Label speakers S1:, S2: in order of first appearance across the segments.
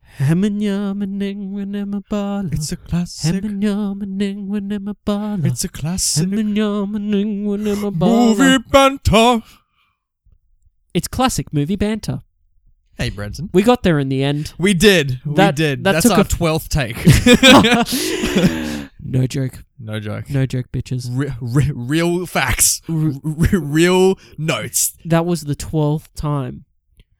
S1: Hem en jamming when I'm a baller.
S2: It's a classic.
S1: Hem en jamming when I'm a baller.
S2: It's a classic.
S1: Hem en jamming when I'm a baller.
S2: Movie banter.
S1: It's classic movie banter.
S2: Hey, Brenton.
S1: We got there in the end.
S2: We did.
S1: That-
S2: we did.
S1: that
S2: That's
S1: took
S2: our
S1: a-
S2: twelfth take.
S1: no joke.
S2: no joke.
S1: No joke, bitches.
S2: Re- re- real facts.
S1: R-
S2: Re- real notes.
S1: that was the 12th time.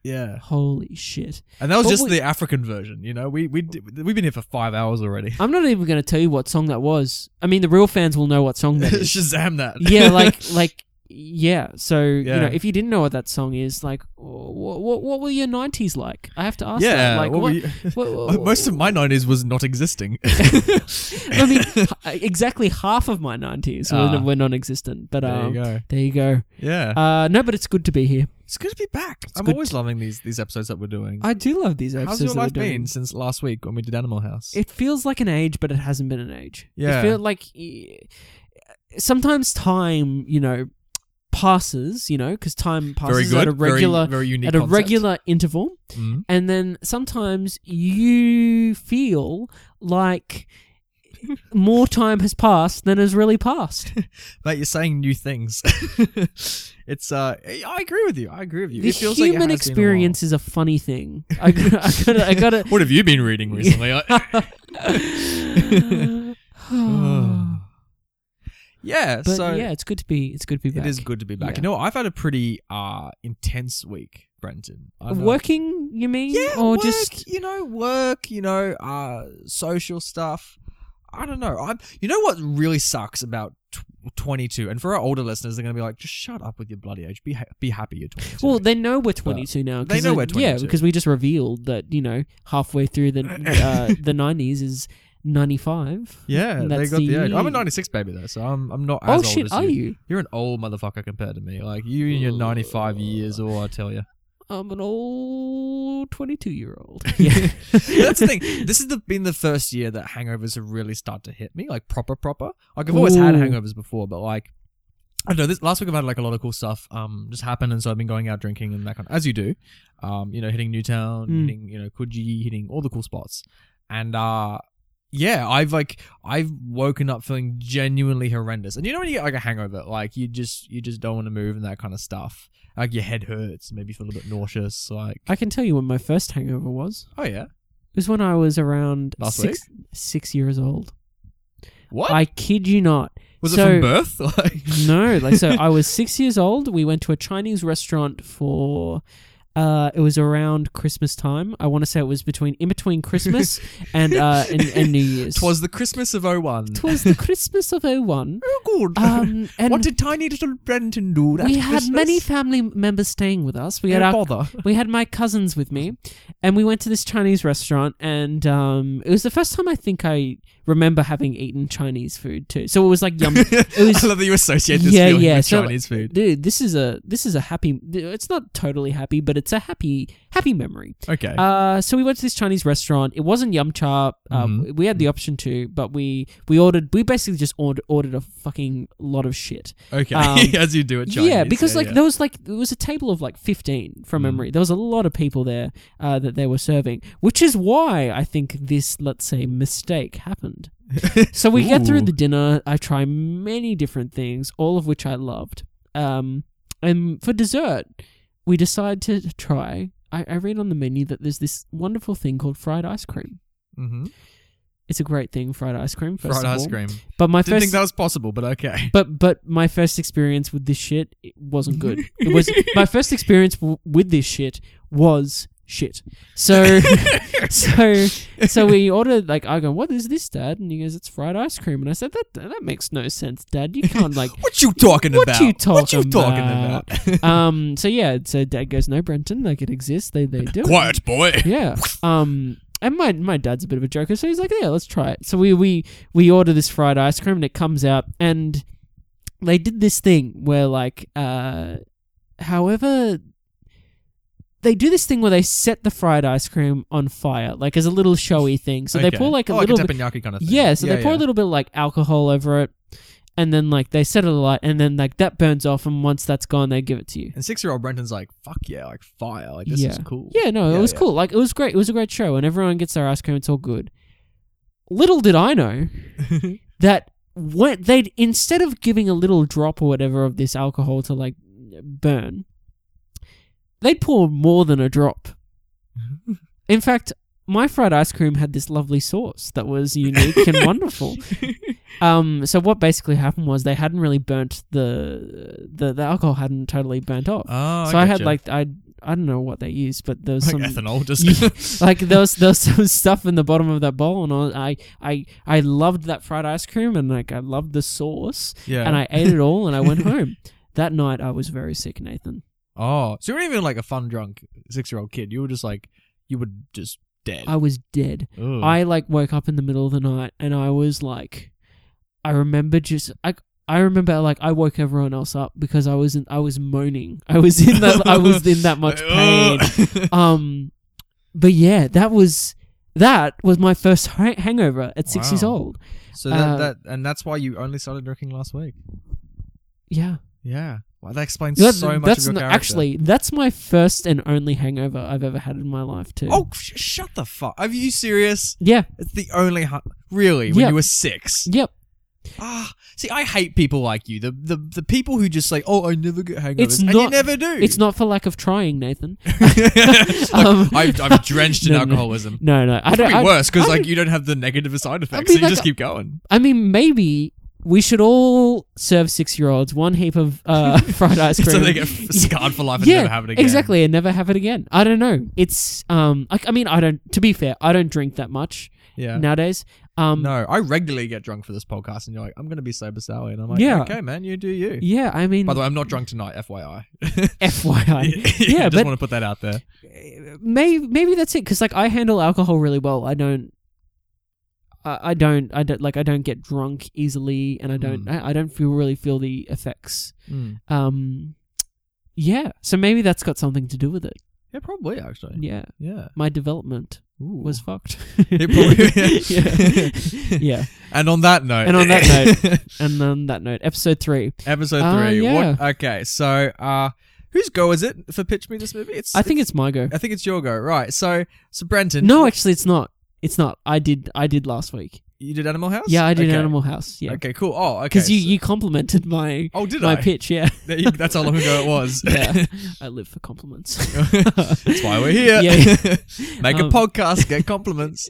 S2: Yeah.
S1: Holy shit.
S2: And that was
S1: But
S2: just
S1: we-
S2: the African version. You know, we we did, we've been here for five hours already.
S1: I'm not even going to tell you what song that was. I mean, the real fans will know what song that is.
S2: Shazam that.
S1: yeah, like like yeah. So you know,
S2: Yeah.
S1: if you didn't know what that song is, like, what what, what were your '90s like? I have to ask
S2: yeah.
S1: that. Like,
S2: what
S1: what?
S2: were you- Oh,
S1: what- what-
S2: Most of my nineties was not existing.
S1: I mean, h- exactly half of my '90s were,
S2: Ah.
S1: were non-existent. But
S2: There
S1: um,
S2: you go.
S1: there you go.
S2: Yeah.
S1: Uh, no, but it's good to be here.
S2: it's good to be back. I'm
S1: good
S2: always loving these these episodes that we're doing.
S1: I do love these episodes.
S2: How's your
S1: that we're
S2: life
S1: doing.
S2: been since last week when we did Animal House?
S1: It feels like an age, but it hasn't been an age.
S2: Yeah.
S1: It feels like eh, sometimes time, you know, passes. You know, because time
S2: very
S1: passes
S2: good.
S1: at a regular
S2: very, very unique.
S1: at a
S2: concept.
S1: regular interval.
S2: Mm.
S1: and then sometimes you feel like more time has passed than has really passed.
S2: Mate, you're saying new things. it's uh, I agree with you. I agree with you.
S1: the
S2: it feels like it
S1: human
S2: has been a while.
S1: experience is a funny thing. I gotta, I gotta, I gotta
S2: What have you been reading recently? I-
S1: but
S2: yeah. so
S1: yeah, it's good to be. It's good to be back.
S2: it is good to be back.
S1: Yeah.
S2: You know, what? I've had a pretty uh intense week, Brenton. I've, uh,
S1: Working, you mean?
S2: yeah,
S1: or
S2: work,
S1: just
S2: you know, work, you know, uh, social stuff. I don't know. I'm, you know what really sucks about tw- 22, and for our older listeners, they're going to be like, just shut up with your bloody age. Be ha- be happy you're 22.
S1: well, they know we're twenty two now. 'cause
S2: they know
S1: it-
S2: we're
S1: Yeah,
S2: 22.
S1: because we just revealed that you know halfway through the uh, the nineties is ninety five.
S2: yeah, they
S1: that's
S2: got the
S1: the
S2: age. I'm
S1: year.
S2: a 96 baby though, so I'm I'm not
S1: Oh
S2: as
S1: shit,
S2: old as
S1: are
S2: you.
S1: you?
S2: You're an old motherfucker compared to me. Like you and your 95 years, or I tell you.
S1: I'm an old 22 year old. Yeah.
S2: That's the thing. This has the- been the first year that hangovers have really started to hit me, like proper, proper. Like I've always had
S1: Ooh.
S2: hangovers before, but like I don't know. This last week I've had like a lot of cool stuff um just happen, and so I've been going out drinking and that kind. as you do, um you know hitting Newtown,
S1: Mm.
S2: hitting you know Coogee, hitting all the cool spots, and uh yeah, I've like I've woken up feeling genuinely horrendous, and you know when you get like a hangover, like you just you just don't want to move and that kind of stuff. Like your head hurts, maybe you feel a little bit nauseous. Like
S1: I can tell you when my first hangover was.
S2: oh yeah,
S1: It was when I was around
S2: Last
S1: six, six years old.
S2: what
S1: I kid you not.
S2: was
S1: so-
S2: it from birth? Like
S1: No, like so I was six years old. We went to a Chinese restaurant for uh it was around Christmas time. I want to say it was between in between Christmas and uh and, and New Year's.
S2: Twas the Christmas of 01.
S1: Twas the Christmas of 01.
S2: Oh, good.
S1: Um and
S2: what did tiny little Brenton do that
S1: we had
S2: Christmas?
S1: many family members staying with us. We had
S2: No
S1: our
S2: bother.
S1: we had my cousins with me and we went to this chinese restaurant and um, it was the first time i think i remember having eaten chinese food too so it was like yum it
S2: I
S1: was
S2: love that you associate this
S1: Yeah,
S2: feeling
S1: yeah,
S2: with
S1: so-
S2: Chinese food.
S1: dude this is a this is a happy it's not totally happy but it's a happy happy memory
S2: Okay.
S1: uh, so we went to this Chinese restaurant. It wasn't Yum Cha. Um, We had the option to, but we we ordered. We basically just ordered, ordered a fucking lot of shit.
S2: okay.
S1: um,
S2: As you do at Chinese.
S1: Yeah, because like
S2: yeah. Mm.
S1: there was like it was a table of like fifteen from memory. There was a lot of people there uh, that they were serving, which is why I think this let's say mistake happened. so we get through
S2: Ooh.
S1: the dinner. I try many different things, all of which I loved. Um, and for dessert, we decide to try. I, I read on the menu that there's this wonderful thing called fried ice cream.
S2: Mhm.
S1: It's a great thing, fried ice cream. First
S2: fried
S1: of
S2: ice
S1: all.
S2: cream.
S1: But my
S2: Didn't
S1: first
S2: think that was possible, but okay.
S1: but but my first experience with this shit it wasn't good. It was my first experience w- with this shit was shit. So so so we ordered like I go, what is this, Dad? And he goes, it's fried ice cream. And I said that that makes no sense, Dad. You can't like.
S2: What you talking
S1: What
S2: about?
S1: you
S2: what you
S1: talking
S2: talking
S1: about?
S2: about?
S1: um. So yeah. So Dad goes, no, Brenton, like it exists. They they do. it."
S2: Quiet boy.
S1: Yeah. Um. And my my dad's a bit of a joker, so he's like, yeah, let's try it. So we we we order this fried ice cream, and it comes out, and they did this thing where like, uh, however. They do this thing where they set the fried ice cream on fire, like as a little showy thing. So they
S2: Okay.
S1: pour like a
S2: oh,
S1: little
S2: like
S1: bit,
S2: a teppanyaki kind of thing.
S1: yeah. So they pour a
S2: yeah.
S1: little bit of like alcohol over it, and then like they set it alight, and then like that burns off, and once that's gone, they give it to you.
S2: And six year old Brenton's like, fuck yeah, like fire. Like this is
S1: Yeah.
S2: cool.
S1: Yeah, no,
S2: Yeah,
S1: it was
S2: yeah.
S1: cool. Like it was great. It was a great show, and everyone gets their ice cream. It's all good. Little did I know that when they'd instead of giving a little drop or whatever of this alcohol to like burn, they'd pour more than a drop. In fact, my fried ice cream had this lovely sauce that was unique and wonderful. Um, so what basically happened was they hadn't really burnt the the, the alcohol hadn't totally burnt off.
S2: Oh,
S1: so I had
S2: gotcha.
S1: like I I don't know what they used, but there was
S2: Like
S1: some
S2: ethanol
S1: Yeah.
S2: just
S1: like there was, there was some stuff in the bottom of that bowl, and I I I loved that fried ice cream, and like I loved the sauce,
S2: yeah.
S1: and I ate it all, and I went home. That night I was very sick, Nathan.
S2: oh, so you weren't even like a fun drunk six year old kid. You were just like, you were just dead.
S1: I was dead.
S2: Ugh.
S1: I like woke up in the middle of the night, and I was like, I remember just I. I remember, like, I woke everyone else up because I was in, I was moaning. I was in that, I was in that much pain.
S2: Ugh.
S1: Um, but yeah, that was that was my first ha- hangover at six years
S2: Wow.
S1: old.
S2: so that,
S1: Uh,
S2: that and that's why you only started drinking last week.
S1: Yeah,
S2: Yeah. Wow, that explains
S1: That-
S2: so much
S1: that's
S2: of your
S1: not-
S2: character.
S1: actually that's my first and only hangover I've ever had in my life too.
S2: Oh, sh- shut the fuck! Are you serious?
S1: yeah,
S2: It's the only hu- really when
S1: Yeah.
S2: you were six.
S1: yep.
S2: Ah, see, I hate people like you. The the the people who just say, "Oh, I never get hangovers,"
S1: It's
S2: and you
S1: not-
S2: never do.
S1: It's not for lack of trying, Nathan.
S2: It's like,
S1: Um,
S2: I've, I'm drenched in
S1: no, no.
S2: alcoholism.
S1: No, no, I
S2: It's
S1: don't.
S2: probably
S1: I,
S2: worse because
S1: I
S2: like
S1: mean-
S2: you don't have the negative side effects.
S1: mean,
S2: so you
S1: like,
S2: just keep going.
S1: I mean, maybe we should all serve six-year-olds one heap of uh, fried ice cream.
S2: so they get f- scarred for life and
S1: yeah,
S2: never have it again.
S1: exactly, and never have it again. I don't know. It's um, like I mean, I don't. To be fair, I don't drink that much
S2: Yeah.
S1: nowadays. Um,
S2: No, I regularly get drunk for this podcast, and you're like, "I'm gonna be sober Sally," and I'm like,
S1: Yeah.
S2: okay, man, you do you."
S1: yeah, I mean,
S2: By the way, I'm not drunk tonight, FYI.
S1: FYI,
S2: I
S1: Yeah,
S2: just
S1: but-
S2: want to put that out there.
S1: maybe maybe that's it because like I handle alcohol really well. I don't. I I don't, I don't like. I don't get drunk easily, and I don't.
S2: Mm.
S1: I, I don't feel really feel the effects.
S2: Hmm.
S1: Um, yeah. So maybe that's got something to do with it.
S2: Yeah, probably actually.
S1: Yeah,
S2: Yeah,
S1: my development
S2: Ooh.
S1: was fucked.
S2: It probably-
S1: yeah. yeah.
S2: And on that note,
S1: And on that And on that note, episode three.
S2: episode
S1: Uh,
S2: three.
S1: yeah.
S2: What? Okay, so uh, whose go is it for pitch me this movie? It's
S1: I think it's my go.
S2: I think it's your go, right? So so Brenton,
S1: No, actually, it's not. It's not. I did. I did last week.
S2: you did Animal House.
S1: Yeah, I did
S2: Okay.
S1: Animal House. Yeah,
S2: Okay, cool. Oh, okay.
S1: because you
S2: so-
S1: you complimented my
S2: oh, did
S1: my
S2: I?
S1: pitch. Yeah.
S2: There you- That's how long ago it was.
S1: yeah, I live for compliments.
S2: That's why we're here.
S1: Yeah.
S2: Make
S1: Um,
S2: a podcast, get compliments.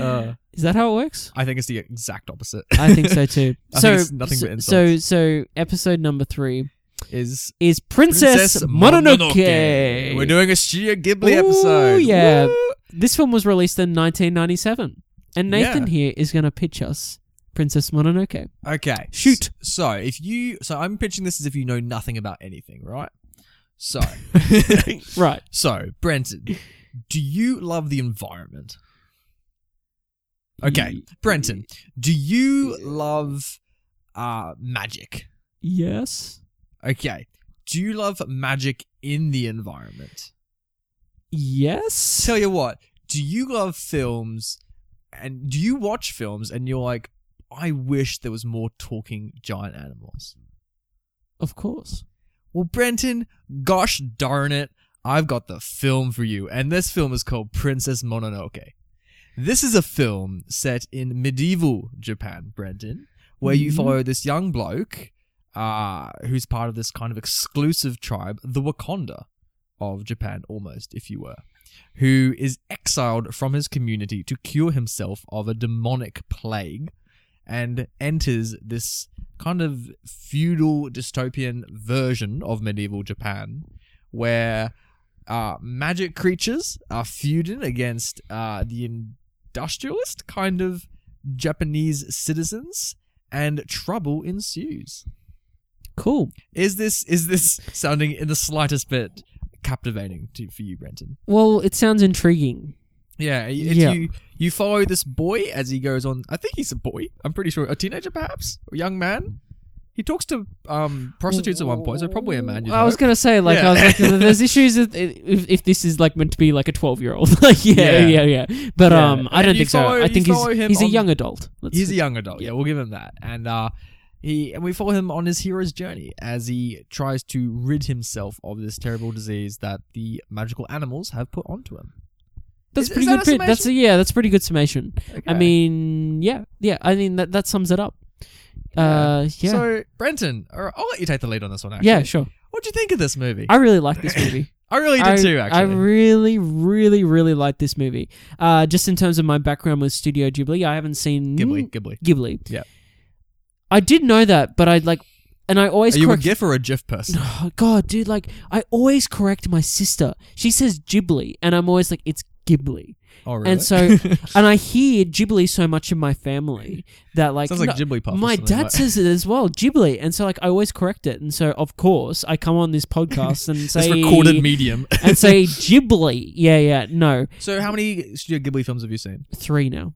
S2: Uh,
S1: Is that how it works?
S2: I think it's the exact opposite.
S1: I think so too.
S2: I
S1: so,
S2: think it's nothing
S1: so,
S2: but
S1: so, so episode number three
S2: Is
S1: is Princess, Mononoke.
S2: We're doing a Studio Ghibli
S1: Ooh,
S2: episode.
S1: yeah.
S2: Woo!
S1: this film was released in 1997, and Nathan
S2: Yeah.
S1: here is going to pitch us Princess Mononoke.
S2: Okay.
S1: Shoot.
S2: S- So if you, so I'm pitching this as if you know nothing about anything, right? So,
S1: Right?
S2: so Brenton, do you love the environment? Okay,
S1: Y-
S2: Brenton, do you love uh magic?
S1: Yes.
S2: Okay. Do you love magic in the environment?
S1: Yes.
S2: Tell you what, do you love films and do you watch films and you're like, I wish there was more talking giant animals?
S1: Of course.
S2: Well, Brenton, gosh darn it, I've got the film for you. And this film is called Princess Mononoke. This is a film set in medieval Japan, Brenton, where you
S1: Mhm.
S2: follow this young bloke uh, who's part of this kind of exclusive tribe, the Wakanda of Japan, almost, if you were, who is exiled from his community to cure himself of a demonic plague and enters this kind of feudal dystopian version of medieval Japan where uh, magic creatures are feuding against uh, the industrialist kind of Japanese citizens and trouble ensues.
S1: Cool.
S2: Is this is this sounding in the slightest bit captivating to, for you, Brenton?
S1: Well, it sounds intriguing.
S2: Yeah, if
S1: Yeah.
S2: you you follow this boy as he goes on. I think he's a boy. I'm pretty sure a teenager, perhaps a young man. He talks to um, prostitutes at one point, so probably a man. you'd
S1: I was
S2: hope.
S1: gonna say like I was
S2: Yeah.
S1: like, there's issues if, if, if this is like meant to be like a 12 year old. like yeah,
S2: Yeah.
S1: yeah, yeah, But
S2: Yeah.
S1: um, I don't
S2: And you
S1: think
S2: follow-
S1: so. I
S2: you
S1: think
S2: follow
S1: he's
S2: him
S1: he's a
S2: on-
S1: young adult. Let's
S2: he's a young adult. Yeah, we'll give him that. And uh, He and we follow him on his hero's journey as he tries to rid himself of this terrible disease that the magical animals have put onto him.
S1: That's
S2: Is-
S1: pretty
S2: is that
S1: good.
S2: a
S1: pre- that's a, yeah. That's a pretty good summation. I
S2: Okay.
S1: mean, yeah, yeah. I mean that that sums it up. Uh, yeah,
S2: So, Brenton, or I'll let you take the lead on this one. Actually.
S1: yeah, sure.
S2: What do you think of this movie?
S1: I really like this movie.
S2: I really did
S1: I,
S2: too.
S1: I
S2: Actually,
S1: really, really, really like this movie. Uh, just in terms of my background with Studio Ghibli, I haven't seen
S2: Ghibli, Ghibli.
S1: Ghibli.
S2: Yeah.
S1: I did know that, but I like, and I always
S2: Are you a
S1: correct.
S2: GIF or a GIF person?
S1: Oh, God, dude, like I always correct my sister. She says Ghibli, and I'm always like, it's Ghibli.
S2: Oh, really?
S1: And so, and I hear Ghibli so much in my family that like,
S2: sounds like
S1: no-
S2: Ghibli Puff.
S1: my dad says it as well, Ghibli, and so like I always correct it, and so of course I come on this podcast and
S2: this
S1: say
S2: recorded medium.
S1: and say Ghibli. Yeah, yeah, no,
S2: so, how many Studio Ghibli films have you seen?
S1: three now.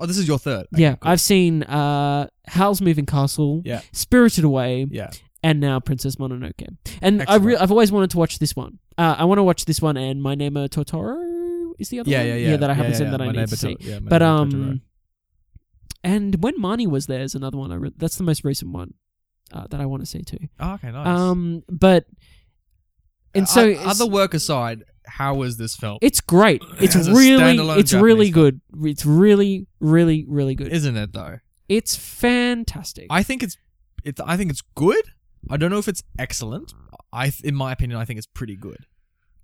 S2: Oh, this is your third.
S1: yeah, I've seen uh, Howl's Moving Castle,
S2: Yeah.
S1: Spirited Away,
S2: Yeah.
S1: and now Princess Mononoke. And I
S2: Excellent.
S1: re- I've always wanted to watch this one. Uh, I want to watch this one, and My Name is Totoro is the other
S2: Yeah,
S1: one.
S2: yeah, yeah.
S1: that I haven't
S2: yeah,
S1: seen
S2: yeah,
S1: that I
S2: My
S1: need
S2: Neighbor
S1: to see.
S2: Tot- yeah, My
S1: but
S2: Neighbor
S1: um,
S2: Totoro.
S1: and when Marnie was there is another one. I re- that's the most recent one uh, that I want to see too.
S2: Oh, okay, nice. Uh,
S1: Um, but and so
S2: O-
S1: it's-
S2: other work aside, how was this film?
S1: It's great. It's
S2: As a
S1: really,
S2: standalone
S1: it's really
S2: Japanese
S1: good. It's really, really, really good.
S2: Isn't it though?
S1: It's fantastic.
S2: I think it's, it's. I think it's good. I don't know if it's excellent. I, th- in my opinion, I think it's pretty good.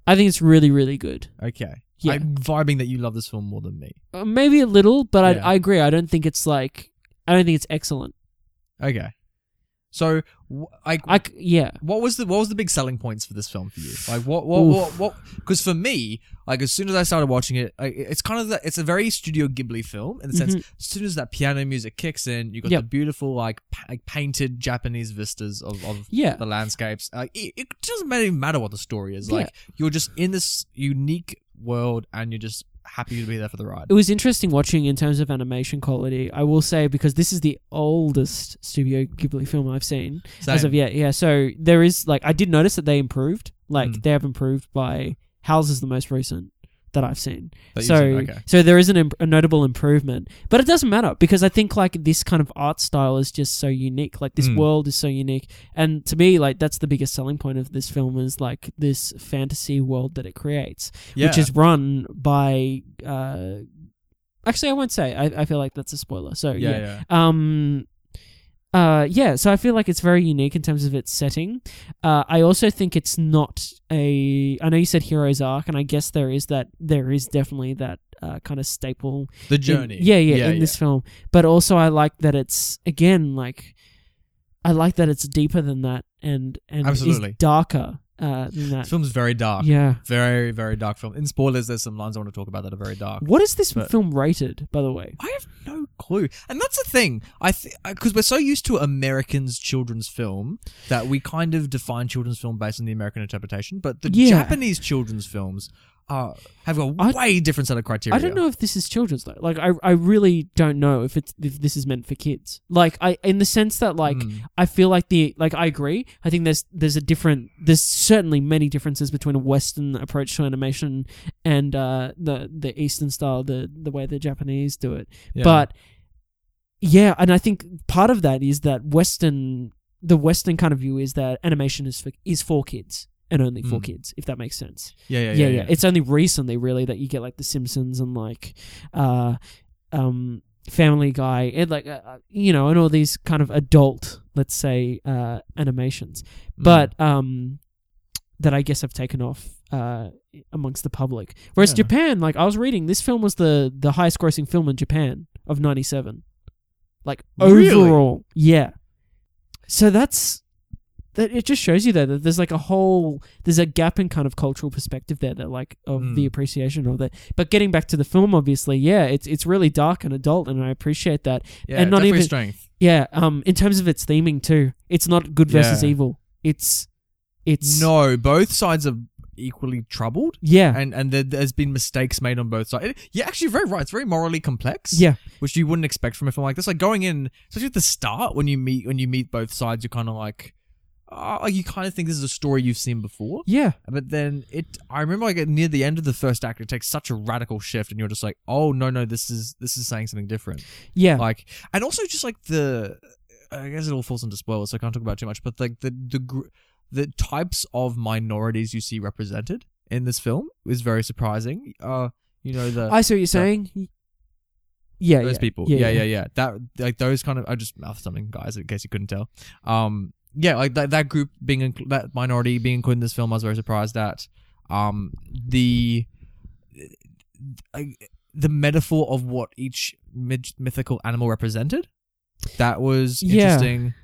S1: I think it's really, really good.
S2: Okay.
S1: Yeah.
S2: I'm vibing that you love this film more than me.
S1: Uh, maybe a little, but
S2: Yeah.
S1: I, I agree. I don't think it's like, I don't think it's excellent.
S2: Okay. So, wh- like,
S1: I, c- yeah.
S2: what was the what was the big selling points for this film for you? Like, what what
S1: Oof.
S2: what what? Because for me, like, as soon as I started watching it, like, it's kind of the, it's a very Studio Ghibli film in the sense. As soon as that piano music kicks in, you got
S1: Mm-hmm. Yep.
S2: the beautiful like, pa- like painted Japanese vistas of of
S1: Yeah.
S2: the landscapes. Like, it, it doesn't really matter what the story is.
S1: Yeah.
S2: Like, you're just in this unique world, and you're just happy to be there for the ride.
S1: It was interesting watching in terms of animation quality, I will say, because this is the oldest Studio Ghibli film I've seen.
S2: Same.
S1: As of yet, yeah. So there is, like, I did notice that they improved. Like,
S2: Mm.
S1: they have improved by, Howl's is the most recent that I've seen.
S2: That you
S1: so,
S2: said, okay.
S1: so there is an imp- a notable improvement, but it doesn't matter because I think like this kind of art style is just so unique. Like this
S2: Mm.
S1: world is so unique, and to me, like that's the biggest selling point of this film is like this fantasy world that it creates,
S2: yeah.
S1: which is run by. Uh, actually, I won't say. I, I feel like that's a spoiler. So yeah,
S2: yeah, yeah.
S1: um uh yeah so i feel like it's very unique in terms of its setting uh i also think it's not a i know you said hero's arc and i guess there is that there is definitely that uh, kind of staple
S2: The
S1: in-
S2: journey.
S1: yeah yeah, in this film but also i like that it's again like i like that it's deeper than that and and
S2: Absolutely.
S1: is darker uh than
S2: This
S1: that
S2: film's very dark.
S1: yeah
S2: Very, very dark film. In spoilers, there's some lines I want to talk about that are very dark.
S1: what is this
S2: But-
S1: film rated by the way
S2: I have no clue, and that's the thing. I because we're so used to Americans' children's film that we kind of define children's film based on the American interpretation, but the
S1: Yeah.
S2: Japanese children's films are have a
S1: I-
S2: way different set of criteria.
S1: I don't know if this is children's though. Like I, I really don't know if it's if this is meant for kids. Like I, in the sense that like
S2: Mm.
S1: I feel like the like I agree. I think there's there's a different there's certainly many differences between a Western approach to animation and uh, the the Eastern style, the the way the Japanese do it.
S2: Yeah.
S1: But yeah, and I think part of that is that Western the Western kind of view is that animation is for is for kids and only for
S2: Mm.
S1: kids, if that makes sense
S2: yeah, yeah,
S1: yeah,
S2: yeah,
S1: yeah, It's only recently, really, that you get like The Simpsons and like, uh, um, Family Guy and like, uh, uh, you know, and all these kind of adult, let's say, uh, animations.
S2: Mm.
S1: But um, that I guess have taken off uh amongst the public. Whereas
S2: Yeah.
S1: Japan, like I was reading, this film was the the highest grossing film in Japan of '97. Like
S2: Really?
S1: overall, yeah. So that's that. It just shows you there that there's like a whole there's a gap in kind of cultural perspective there that like of
S2: Mm.
S1: the appreciation of that. But getting back to the film, obviously, yeah, it's it's really dark and adult, and I appreciate that.
S2: yeah,
S1: and not
S2: definitely
S1: even-
S2: strength.
S1: Yeah, um, in terms of its theming too, it's not good versus
S2: Yeah.
S1: evil. It's it's
S2: No, both sides are equally troubled.
S1: Yeah,
S2: And and there, there's been mistakes made on both sides. You're actually very right. It's very morally complex.
S1: yeah,
S2: which you wouldn't expect from a film like this. Like going in, especially at the start when you meet when you meet both sides, you're kind of like, ah, like you kind of think this is a story you've seen before.
S1: yeah.
S2: But then it, I remember like near the end of the first act, it takes such a radical shift, and you're just like, oh no no, this is this is saying something different.
S1: Yeah.
S2: Like, and also just like the. I guess it all falls into spoilers, so I can't talk about it too much. But like the the gr- the types of minorities you see represented in this film is very surprising. Uh, you know the
S1: I see what you're saying. Yeah,
S2: those
S1: yeah.
S2: people. Yeah, yeah, yeah, That like those kind of. I just mouthed something, guys, in case you couldn't tell. Um, yeah, like that that group being incl- that minority being included in this film, I was very surprised at. Um, the I- the metaphor of what each myth- mythical animal represented, that was
S1: Yeah.
S2: interesting.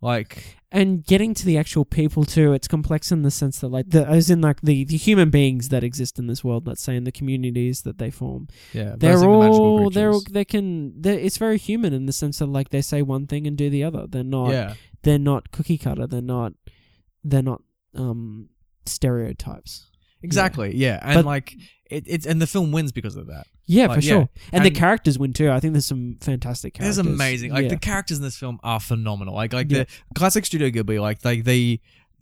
S2: Like,
S1: and getting to the actual people too it's complex in the sense that like the as in like the, the human beings that exist in this world let's say in the communities that they form
S2: yeah, versus
S1: they're
S2: the magical
S1: all they're all
S2: creatures.
S1: they can they're, it's very human in the sense that like they say one thing and do the other they're not
S2: yeah,
S1: they're not cookie cutter they're not they're not um stereotypes
S2: exactly, yeah, and
S1: But-
S2: like it, it's and the film wins because of that.
S1: yeah
S2: Like,
S1: for
S2: yeah.
S1: sure and, the
S2: And-
S1: characters win too i think there's some fantastic
S2: It is
S1: characters
S2: amazing. Like
S1: yeah.
S2: the characters in this film are phenomenal. Like like
S1: Yeah.
S2: the classic Studio Ghibli. Like like they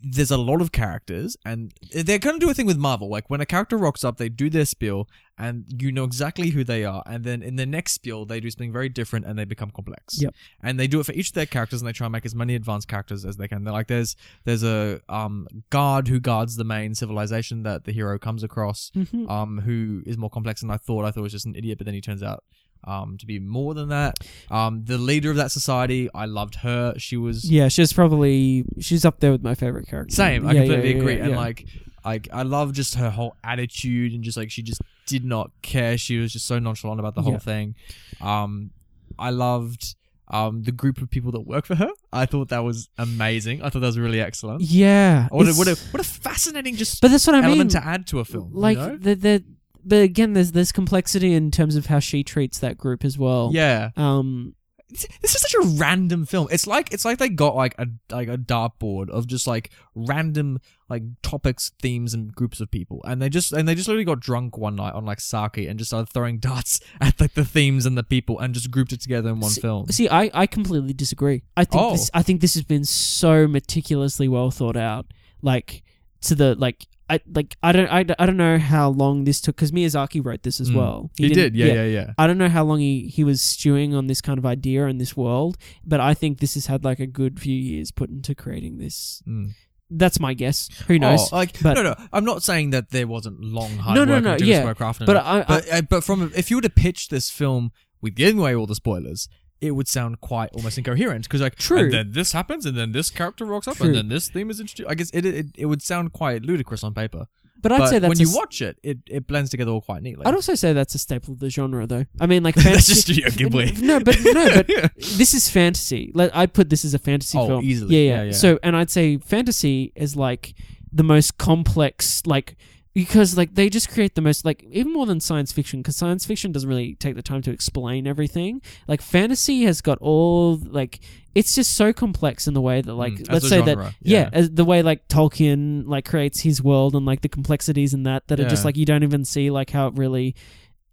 S2: there's a lot of characters, and they're gonna do a thing with Marvel. Like when a character rocks up, they do their spiel, and you know exactly who they are. And then in the next spiel, they do something very different, and they become complex.
S1: Yep.
S2: And they do it for each of their characters, and they try and make as many advanced characters as they can. They're like there's there's a um guard who guards the main civilization that the hero comes across
S1: Mhm.
S2: um, who is more complex than I thought. I thought he was just an idiot, but then he turns out um, to be more than that. Um, the leader of that society, I loved her. She was
S1: yeah she's probably she's up there with my favorite character
S2: same. I
S1: Yeah, yeah,
S2: completely
S1: yeah,
S2: agree.
S1: yeah,
S2: and
S1: yeah.
S2: like, like I love just her whole attitude and just like she just did not care. She was just so nonchalant about the whole
S1: Yeah.
S2: thing. Um, I loved. Um, the group of people that work for her, I thought that was amazing. I thought that was really excellent.
S1: yeah
S2: What a,
S1: it's-
S2: what a what a fascinating just
S1: But that's what I
S2: element
S1: mean.
S2: to add to a film. you
S1: like
S2: know?
S1: the the but again, there's there's complexity in terms of how she treats that group as well.
S2: yeah,
S1: Um.
S2: this this is such a random film. It's like it's like they got like a like a dartboard of just like random like topics, themes, and groups of people, and they just and they just literally got drunk one night on like sake and just started throwing darts at like the themes and the people, and just grouped it together in one film.
S1: See, I, I completely disagree. I think
S2: Oh.
S1: this I think this has been so meticulously well thought out. Like to the like I like I don't I, d- I don't know how long this took because Miyazaki wrote this as
S2: Mm.
S1: well.
S2: He
S1: didn't-
S2: did, yeah, yeah, yeah.
S1: I don't know how long he, he was stewing on this kind of idea in this world, but I think this has had like a good few years put into creating this.
S2: Mm.
S1: That's my guess. Who knows?
S2: Oh, like
S1: but-
S2: no, no. I'm not saying that there wasn't long hard
S1: No,
S2: work
S1: no,
S2: and
S1: no,
S2: Doomsday
S1: yeah.
S2: Warcraft and
S1: but
S2: all
S1: I, I,
S2: but uh, but from if you were to pitch this film with giving away all the spoilers, it would sound quite almost incoherent because like
S1: True.
S2: And then this happens, and then this character rocks up,
S1: True.
S2: and then this theme is introduced. I guess it it, it would sound quite ludicrous on paper,
S1: but I'd
S2: but
S1: say that's
S2: when
S1: a
S2: you
S1: s-
S2: watch it, it it blends together all quite neatly.
S1: I'd also say that's a staple of the genre, though. I mean, like
S2: That's
S1: fantasy.
S2: just Studio Ghibli.
S1: no, but no, but this is fantasy. Like I put this as a fantasy
S2: Oh,
S1: film.
S2: easily.
S1: Yeah yeah.
S2: Yeah, yeah.
S1: So, and I'd say fantasy is like the most complex, like because like they just create the most like even more than science fiction because science fiction doesn't really take the time to explain everything like fantasy has got all like it's just so complex in the way that like
S2: Mm, as
S1: let's
S2: a
S1: say that
S2: genre,
S1: yeah,
S2: yeah.
S1: as the way like tolkien like creates his world and like the complexities in that that are just
S2: Yeah.
S1: like you don't even see like how it really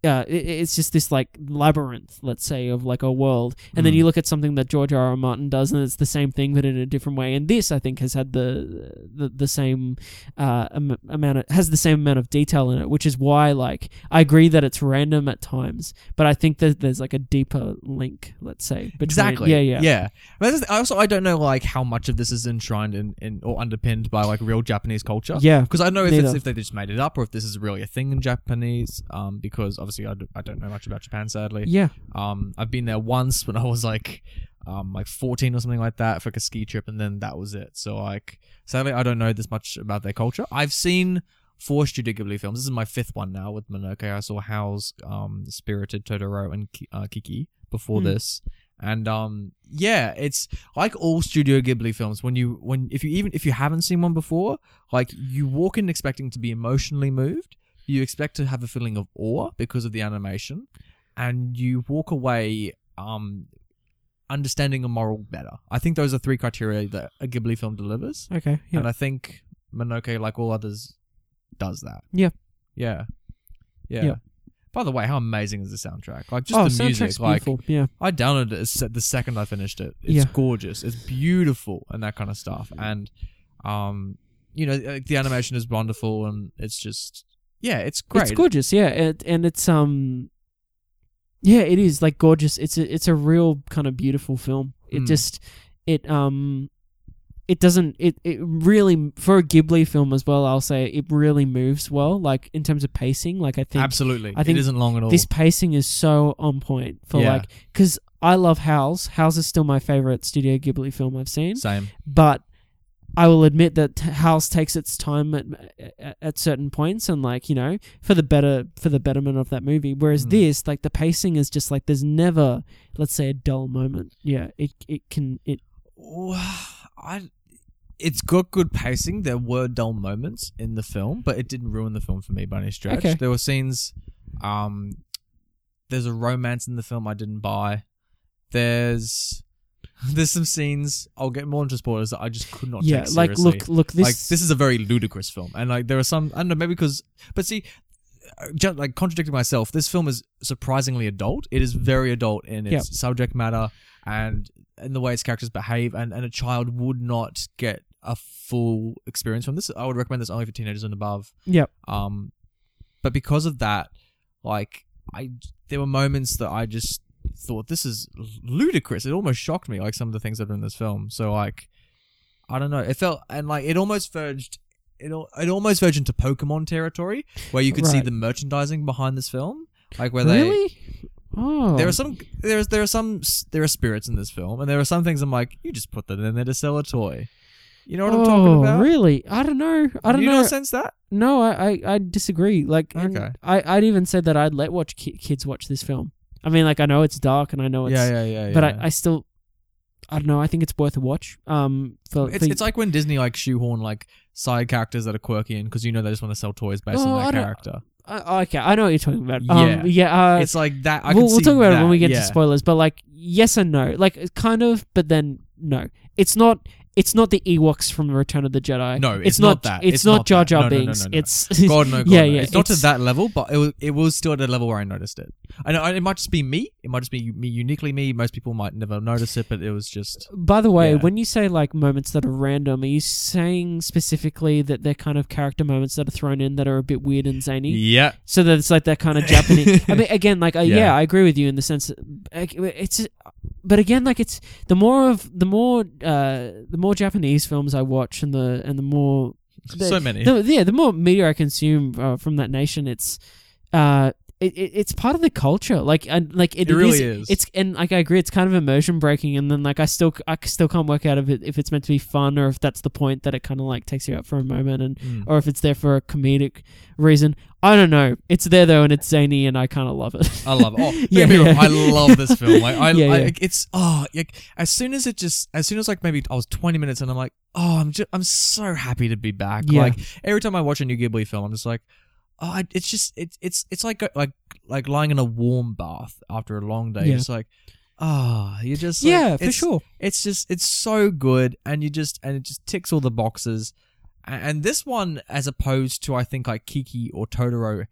S1: uh, it, it's just this like labyrinth, let's say, of like a world, and then
S2: Mm.
S1: you look at something that George R. R. Martin does, and it's the same thing, but in a different way. And this, I think, has had the the, the same uh, am- amount of, has the same amount of detail in it, which is why, like, I agree that it's random at times, but I think that there's like a deeper link, let's say, between,
S2: Exactly.
S1: yeah, yeah,
S2: yeah. But that's- also, I don't know like how much of this is enshrined in, in or underpinned by like real Japanese culture.
S1: yeah.
S2: Because I don't know if, it's,
S1: Neither.
S2: if they just made it up or if this is really a thing in Japanese. Um, because obviously I, d- I don't know much about Japan, sadly.
S1: Yeah,
S2: Um, I've been there once when I was like, um, like fourteen or something like that for like a ski trip, and then that was it. So like, sadly, I don't know this much about their culture. I've seen four Studio Ghibli films. This is my fifth one now with Monoke. I saw Howl's, um, Spirited Totoro, and Ki- uh, Kiki before
S1: Hmm.
S2: this. And um, yeah, it's like all Studio Ghibli films. When you when if you even if you haven't seen one before, like you walk in expecting to be emotionally moved. You expect to have a feeling of awe because of the animation, and you walk away um, understanding a moral better. I think those are three criteria that a Ghibli film delivers,
S1: okay, yeah.
S2: and uh, I think Monoke, like all others, does that.
S1: Yeah.
S2: yeah, yeah.
S1: Yeah.
S2: By the way, how amazing is the soundtrack? Like just
S1: oh,
S2: the music,
S1: soundtrack's
S2: like
S1: beautiful. Yeah,
S2: I downloaded it s- the second I finished it. It's
S1: Yeah.
S2: gorgeous. It's beautiful and that kind of stuff. And, um, you know, like, the animation is wonderful and it's just, yeah, it's great.
S1: it's gorgeous. Yeah, it, and it's um, yeah, it is like gorgeous. It's a it's a real kind of beautiful film. It
S2: Mm.
S1: just it um it doesn't it, it really for a Ghibli film as well, I'll say it really moves well, like in terms of pacing. Like I think
S2: Absolutely.
S1: I think
S2: it isn't long at all.
S1: this pacing is so on point for
S2: Yeah.
S1: like because I love Howl's. Howl's is still my favorite Studio Ghibli film I've seen,
S2: Same.
S1: but I will admit that t- Howl's takes its time at, at at certain points and like you know for the better for the betterment of that movie. Whereas
S2: Mm.
S1: this, like the pacing is just like there's never let's say a dull moment. Yeah, it it can it
S2: I, it's got good pacing. There were dull moments in the film, but it didn't ruin the film for me by any stretch.
S1: Okay.
S2: There were scenes. Um, there's a romance in the film I didn't buy. There's there's some scenes I'll get more into spoilers that I just could not
S1: yeah
S2: take seriously.
S1: like look look this
S2: like this is a very ludicrous film, and like there are some I don't know maybe because but see, uh, ju- like contradicting myself, this film is surprisingly adult. It is very adult in its
S1: Yeah.
S2: subject matter and in the way its characters behave, and and a child would not get a full experience from this. I would recommend this only for teenagers and above.
S1: Yep.
S2: Um, but because of that, like I there were moments that I just thought this is ludicrous. It almost shocked me, like some of the things that are in this film. So like, I don't know. It felt and like it almost verged. It, al- it almost verged into Pokemon territory, where you could see
S1: Right.
S2: the merchandising behind this film, like where they
S1: really oh
S2: there are some there's there are some s- there are spirits in this film, and there are some things I'm like, you just put that in there to sell a toy. You know what I'm talking
S1: Oh,
S2: about?
S1: Really? I don't know. I don't
S2: you
S1: know.
S2: Sense that?
S1: no, I, I, I disagree. Like, and
S2: Okay.
S1: I, I'd even said that I'd let watch ki- kids watch this film. I mean, like, I know it's dark and I know it's,
S2: yeah, yeah, yeah,
S1: but
S2: yeah.
S1: I, I still, I don't know. I think it's worth a watch. Um, for,
S2: It's, it's like when Disney like shoehorn like side characters that are quirky in because you know they just want to sell toys based
S1: Oh, I don't-
S2: on their character.
S1: uh, okay. I know what you're talking about. Um, yeah. uh,
S2: it's like that. I
S1: we'll,
S2: can
S1: we'll
S2: see
S1: talk about it
S2: that,
S1: when we get
S2: yeah.
S1: to spoilers. But like, yes and no. Like, it's kind of, but then no. It's not. It's not the Ewoks from Return of the Jedi.
S2: No, it's not that.
S1: It's,
S2: It's
S1: not,
S2: not
S1: Jar
S2: that.
S1: Jar
S2: No, no, no,
S1: Binks.
S2: no, no.
S1: It's
S2: God no, God,
S1: Yeah,
S2: no.
S1: yeah,
S2: It's not
S1: it's-
S2: to that level, but it was it was still at a level where I noticed it. I know it might just be me. It might just be me uniquely me. Most people might never notice it, but it was just
S1: By the way,
S2: Yeah.
S1: when you say like moments that are random, are you saying specifically that they're kind of character moments that are thrown in that are a bit weird and zany?
S2: yeah.
S1: So that it's like that kind of Japanese. I mean, again, like uh, yeah.
S2: Yeah.
S1: I agree with you in the sense that, like, it's, but again, like it's the more of the more uh, the more Japanese films I watch and the and the more the-
S2: so many.
S1: the, yeah the more media I consume uh, from that nation, it's uh it, it, it's part of the culture. Like and like
S2: It really is.
S1: It's and like I agree, it's kind of immersion breaking, and then like I still I still can't work out if it if it's meant to be fun or if that's the point that it kind of like takes you out for a moment and
S2: Mm.
S1: or if it's there for a comedic reason. I don't know. It's there though, and it's zany, and I kind of love it.
S2: I love it. Oh, don't
S1: Yeah,
S2: get me wrong,
S1: yeah.
S2: I love this film. Like I,
S1: Yeah,
S2: I
S1: yeah.
S2: it's oh, like as soon as it just as soon as like maybe I was 20 minutes and I'm like, "Oh, I'm just I'm so happy to be back."
S1: Yeah.
S2: Like every time I watch a new Ghibli film, I'm just like, "Oh, I, it's just it's it's it's like like like lying in a warm bath after a long day.
S1: Yeah.
S2: Just like, "Ah, you just like,
S1: yeah, for
S2: it's-
S1: sure.
S2: it's just it's so good and you just and it just ticks all the boxes A- and this one as opposed to i think like kiki or totoro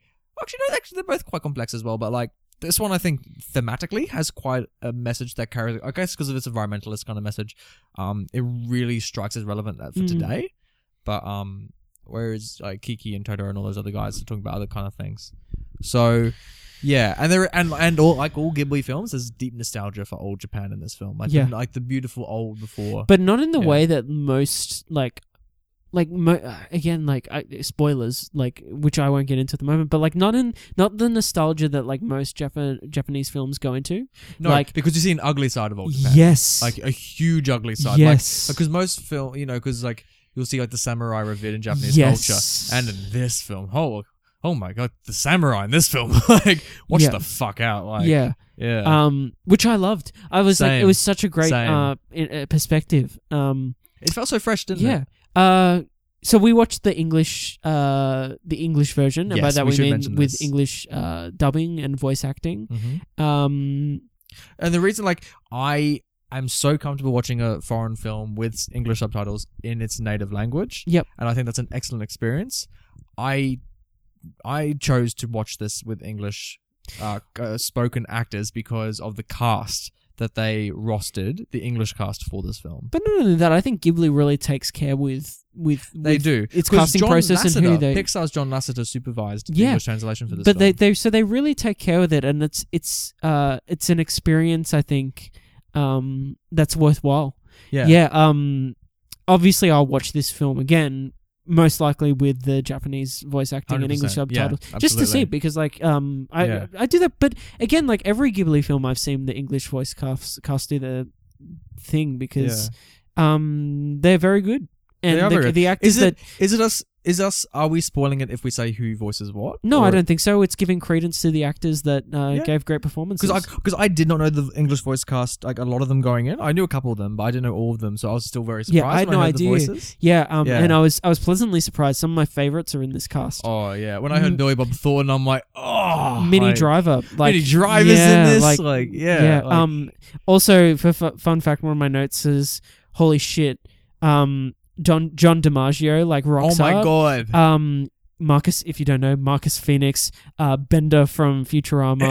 S2: actually no actually they're both quite complex as well but like this one i think thematically has quite a message that carries i guess because of its environmentalist kind of message um it really strikes as relevant that for
S1: Mm.
S2: today but um whereas like kiki and totoro and all those other guys are talking about other kind of things so yeah, and there and and all like all Ghibli films, there's deep nostalgia for old Japan in this film. Like,
S1: Yeah.
S2: like the beautiful old before.
S1: but not in the
S2: Yeah.
S1: way that most like like mo- uh, again like I, spoilers like which i won't get into at the moment but like not in not the nostalgia that like most Jap- japanese films go into
S2: no,
S1: like-
S2: because you see an ugly side of old Japan.
S1: yes
S2: like a huge ugly side.
S1: yes
S2: because most film, you know, because like you'll see like the samurai revered in Japanese
S1: Yes.
S2: culture, and in this film, oh, oh my god, the samurai in this film, like watch
S1: Yeah.
S2: the fuck out, like yeah,
S1: yeah um which i loved i was like it
S2: Same.
S1: was such a great
S2: Same.
S1: uh in, uh, perspective um
S2: it felt so fresh, didn't
S1: yeah
S2: it?
S1: uh so we watched the english uh the english version and by
S2: Yes,
S1: that
S2: we
S1: we
S2: should
S1: mean
S2: mention
S1: with
S2: this.
S1: english uh dubbing and voice acting
S2: Mm-hmm.
S1: um
S2: And the reason, like, I am so comfortable watching a foreign film with English subtitles in its native language.
S1: Yep.
S2: And I think that's an excellent experience. I I chose to watch this with English uh, uh, spoken actors because of the cast that they rostered, the English cast for this film.
S1: But not only that, I think Ghibli really takes care with with
S2: They
S1: with-
S2: do.
S1: its
S2: 'Cause
S1: casting
S2: John
S1: process and who
S2: Lasseter-
S1: they-
S2: Pixar's John Lasseter supervised the
S1: Yeah.
S2: English translation for this
S1: But
S2: film.
S1: they, they so they really take care with it, and it's it's uh it's an experience I think um that's worthwhile.
S2: Yeah.
S1: yeah um obviously i'll watch this film again most likely with the japanese voice acting and english
S2: 100%, yeah,
S1: subtitles just to see
S2: absolutely.
S1: because like um i
S2: Yeah.
S1: i do that but again like every ghibli film i've seen the english voice cast cast do the thing because um they're very good and
S2: They are
S1: the,
S2: very good.
S1: the actors
S2: Is
S1: that
S2: it is it us is us are we spoiling it if we say who voices what?
S1: no i don't think so it's giving credence to the actors that uh,
S2: Yeah.
S1: gave great performances
S2: because I because I did not know the English voice cast like a lot of them going in. I knew a couple of them, but I didn't know all of them, so I was still very surprised.
S1: Yeah, I had
S2: when
S1: no
S2: I heard
S1: idea.
S2: The voices.
S1: yeah, um,
S2: Yeah.
S1: and I was I was pleasantly surprised. Some of my favorites are in this cast.
S2: Oh yeah, when I heard
S1: Mm.
S2: Billy Bob Thornton, I'm like, oh,
S1: Mini
S2: like,
S1: Driver, like
S2: Mini drivers
S1: yeah,
S2: in this,
S1: like
S2: like, yeah, like-
S1: um. Also, for fu- fun fact, one of my notes is holy shit. Um. John John DiMaggio like
S2: oh
S1: rocks
S2: my
S1: up.
S2: god,
S1: Um. Marcus, if you don't know, Marcus Phoenix, uh, Bender from Futurama,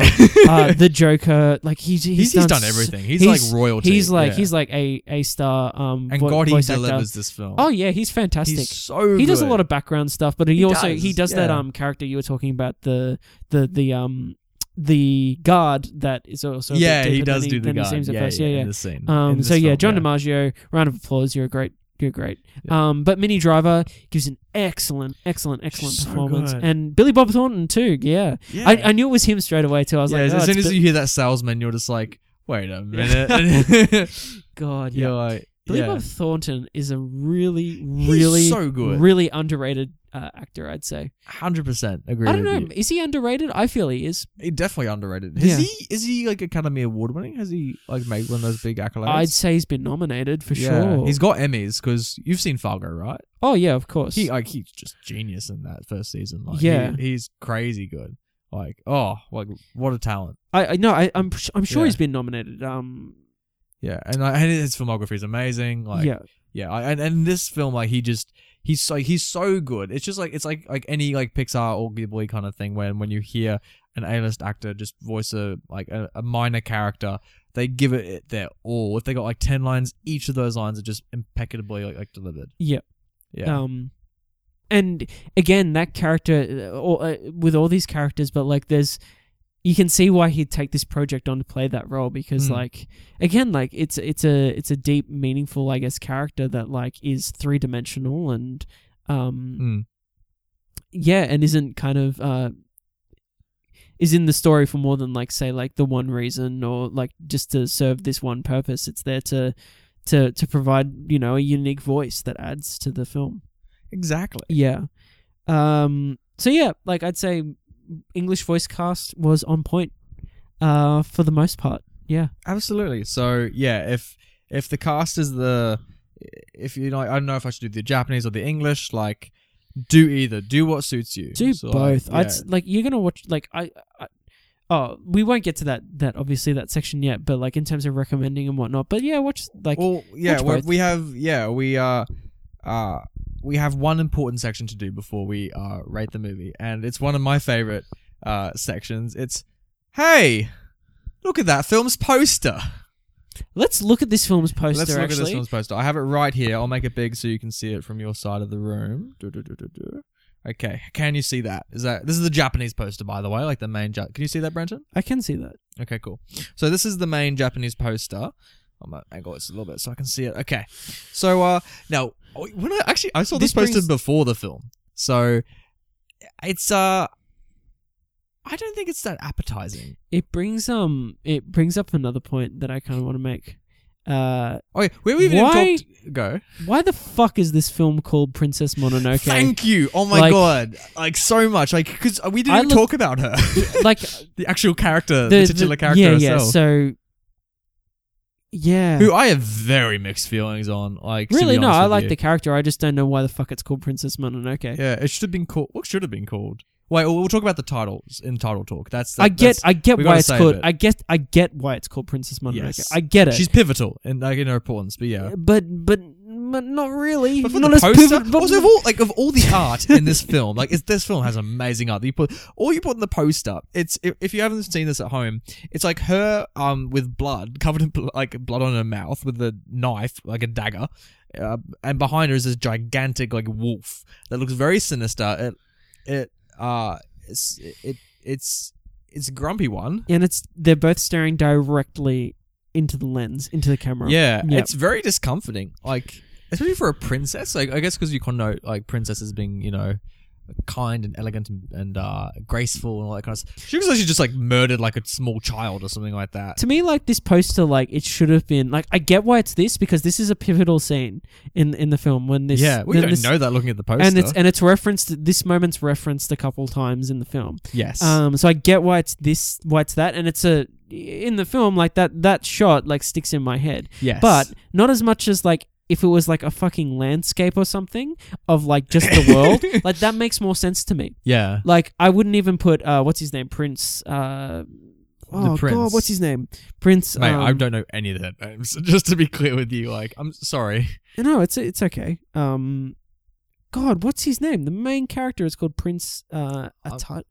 S1: uh, the Joker, like he's he's,
S2: he's, he's
S1: done,
S2: done,
S1: s-
S2: everything. He's,
S1: he's-
S2: like royalty.
S1: He's like
S2: yeah.
S1: he's like a a star. Um,
S2: and
S1: vo-
S2: God, he
S1: voice
S2: delivers
S1: Actor.
S2: this film.
S1: Oh yeah, he's fantastic
S2: he's so.
S1: he does a
S2: good.
S1: lot of background stuff, but he,
S2: He
S1: also
S2: does,
S1: he does that
S2: yeah.
S1: um character you were talking about the the the um the guard that is also a bit
S2: yeah,
S1: deeper
S2: he
S1: than
S2: does do the
S1: than he
S2: guy.
S1: seems at
S2: yeah,
S1: first.
S2: yeah,
S1: yeah.
S2: In this scene. in
S1: Um,
S2: this
S1: so yeah,
S2: film,
S1: John DiMaggio, round of applause. You're great. You're great. Um, but Mini Driver gives an excellent, excellent, excellent
S2: So
S1: performance,
S2: good.
S1: and Billy Bob Thornton too. Yeah,
S2: yeah.
S1: I, I knew it was him straight away too. I was
S2: yeah,
S1: like, oh,
S2: as soon
S1: it's
S2: as
S1: Bi-
S2: you hear that salesman, you're just like, wait a minute.
S1: God, yeah.
S2: you're like,
S1: Billy
S2: yeah.
S1: Bob Thornton is a really,
S2: He's
S1: really,
S2: so good.
S1: really underrated uh, actor. I'd say.
S2: Hundred percent agree.
S1: I don't
S2: with
S1: know.
S2: you.
S1: Is he underrated? I feel he is.
S2: He definitely underrated. Is
S1: Yeah.
S2: he? Is he like Academy Award winning? Has he like made one of those big accolades?
S1: I'd say he's been nominated for
S2: Yeah.
S1: sure.
S2: He's got Emmys because you've seen Fargo, right?
S1: oh yeah, of course.
S2: He like he's just genius in that first season. Like,
S1: Yeah.
S2: he, he's crazy good. Like oh, like what a talent.
S1: I, I no, I, I'm pr- I'm sure
S2: Yeah.
S1: he's been nominated. Um,
S2: Yeah, and like, and his filmography is amazing. Like
S1: yeah,
S2: Yeah, I, and and this film, like he just he's so he's so good. It's just like it's like like any like Pixar or Ghibli kind of thing when when you hear an A list actor just voice a like a, a minor character, they give it, it their all. If they got like ten lines, each of those lines are just impeccably like, like delivered.
S1: Yeah.
S2: yeah,
S1: Um, and again, that character, uh, or, uh, with all these characters, but like there's, you can see why he'd take this project on to play that role because
S2: Mm.
S1: like again, like it's it's a it's a deep, meaningful, I guess, character that like is three dimensional and um
S2: Mm.
S1: yeah, and isn't kind of uh is in the story for more than like say like the one reason or like just to serve this one purpose. It's there to to to provide, you know, a unique voice that adds to the film.
S2: exactly.
S1: Yeah. Um so yeah, like I'd say English voice cast was on point uh for the most part. Yeah.
S2: Absolutely. So yeah, if if the cast is the if you know, I don't know if I should do the Japanese or the English. Like, do either. Do what suits you.
S1: Do
S2: So, like,
S1: both. I'd
S2: yeah.
S1: s- like you're gonna watch like I, I. Oh, we won't get to that that obviously that section yet, but like in terms of recommending and whatnot. But yeah, watch like
S2: well yeah
S1: watch
S2: we
S1: both.
S2: we have yeah we uh uh we have one important section to do before we uh rate the movie and it's one of my favorite uh sections it's hey look at that film's poster
S1: Let's look at this film's poster.
S2: let's look at
S1: actually,
S2: this film's poster i have it right here i'll make it big so you can see it from your side of the room Do, do, do, do, do. okay can you see that is that this is the japanese poster by the way like the main ja- can you see that brenton
S1: I can see that.
S2: Okay, cool. So this is the main Japanese poster. I'm gonna angle this a little bit so I can see it. Okay. So uh now when I actually I saw this,
S1: This
S2: posted
S1: brings-
S2: before the film. So it's uh I don't think it's that appetizing.
S1: It brings um, it brings up another point that I kind of want to make. Uh,
S2: Okay, where we've
S1: Why-
S2: even talked go.
S1: why the fuck is this film called Princess Mononoke?
S2: Thank you. Oh my
S1: Like-
S2: god. Like so much. Like cuz we didn't
S1: I
S2: even
S1: look-
S2: talk about her.
S1: like
S2: the actual character, the,
S1: the,
S2: titular
S1: the-
S2: character
S1: Yeah, yeah.
S2: herself.
S1: So yeah,
S2: who I have very mixed feelings on. Like to be
S1: really? No,
S2: honest
S1: I
S2: with
S1: like
S2: you.
S1: the character. I just don't know why the fuck it's called Princess Mononoke.
S2: Yeah, it should have been called. What should have been called? Wait, we'll, we'll talk about the titles in title talk. That's the,
S1: I get,
S2: that's-
S1: I get
S2: we
S1: why
S2: gotta
S1: it's
S2: save
S1: called.
S2: it.
S1: I guess I get why it's called Princess Mononoke.
S2: Yes.
S1: I get it.
S2: she's pivotal in like in her importance, but yeah.
S1: but but but not really.
S2: But for
S1: not
S2: the
S1: as
S2: poster,
S1: pivot- but-
S2: also of all like of all the art in this film, like it's, this film has amazing art. You put all you put in the poster. It's if, if you haven't seen this at home, it's like her um with blood covered in bl- like blood on her mouth with a knife like a dagger, uh, and behind her is this gigantic like wolf that looks very sinister. It it uh it's, it it's it's a grumpy one.
S1: and it's they're both staring directly into the lens, into the camera.
S2: Yeah,
S1: Yeah.
S2: it's very discomforting. Like, especially for a princess. Like, I guess because you connote like princesses being, you know, kind and elegant and, and uh, graceful and all that kind of stuff. She was actually just like murdered like a small child or something like that.
S1: To me, like this poster, like it should have been like I get why it's this because this is a pivotal scene in in the film when this
S2: yeah, we
S1: when
S2: don't
S1: this-
S2: know that looking at the poster.
S1: and it's and it's referenced this moment's referenced a couple times in the film.
S2: yes,
S1: Um, so I get why it's this, why it's that, and it's a in the film like that that shot like sticks in my head,
S2: yes,
S1: but not as much as like if it was like a fucking landscape or something of like just the world, like that makes more sense to me.
S2: yeah,
S1: Like I wouldn't even put uh, what's his name, Prince. Uh, oh God,
S2: Prince.
S1: what's his name, Prince?
S2: mate, I
S1: um,
S2: don't know any of their names. Just to be clear with you, like, I'm sorry.
S1: no, it's it's okay. Um, God, what's his name? The main character is called Prince. Uh, Atat-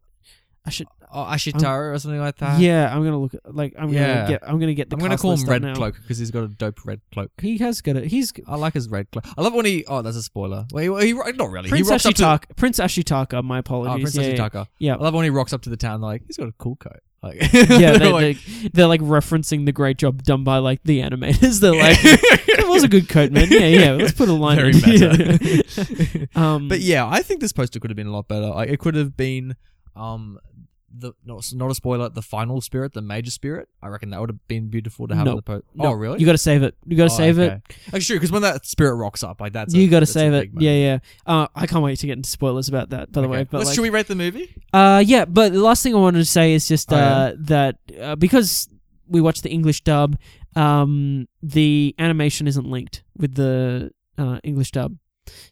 S1: I should.
S2: Oh, Ashitaru or something like that.
S1: yeah, I'm gonna look. at- Like I'm
S2: Yeah.
S1: gonna get. I'm gonna get the.
S2: I'm gonna
S1: cast
S2: call him
S1: list up
S2: Red
S1: now.
S2: Cloak because he's got a dope red cloak.
S1: He has got a he's
S2: I like his red cloak. I love when he. Oh, that's a spoiler. Wait, well, he, not really.
S1: Prince
S2: he rocks up to
S1: Ashitaka. Prince Ashitaka. My
S2: Oh,
S1: apologies.
S2: Prince
S1: yeah, yeah,
S2: Ashitaka.
S1: yeah.
S2: I love when he rocks up to the town. Like he's got a cool coat. Like
S1: yeah, they,
S2: they're like-
S1: they, they're like referencing the great job done by like the animators. They're like, it was a good coat, man. Yeah, yeah. Let's put a line.
S2: Very
S1: in.
S2: meta.
S1: Yeah. um,
S2: but yeah, I think this poster could have been a lot better. Like it could have been, um, the not, not a spoiler. The final spirit, the major spirit. I reckon that would have been beautiful to have
S1: No.
S2: on the poster.
S1: no,
S2: oh really?
S1: You got to save it. You got to save it.
S2: Actually, true, because when that spirit rocks up, like that's a-
S1: you got to
S2: that's a
S1: save
S2: big
S1: it.
S2: moment.
S1: Yeah, yeah. Uh, I can't wait to get into spoilers about that. By the
S2: Okay.
S1: way, but
S2: Let's-
S1: like,
S2: should we rate the movie?
S1: Uh, yeah, but the last thing I wanted to say is just
S2: Oh,
S1: uh,
S2: yeah.
S1: that uh, because we watched the English dub, um, the animation isn't linked with the uh, English dub.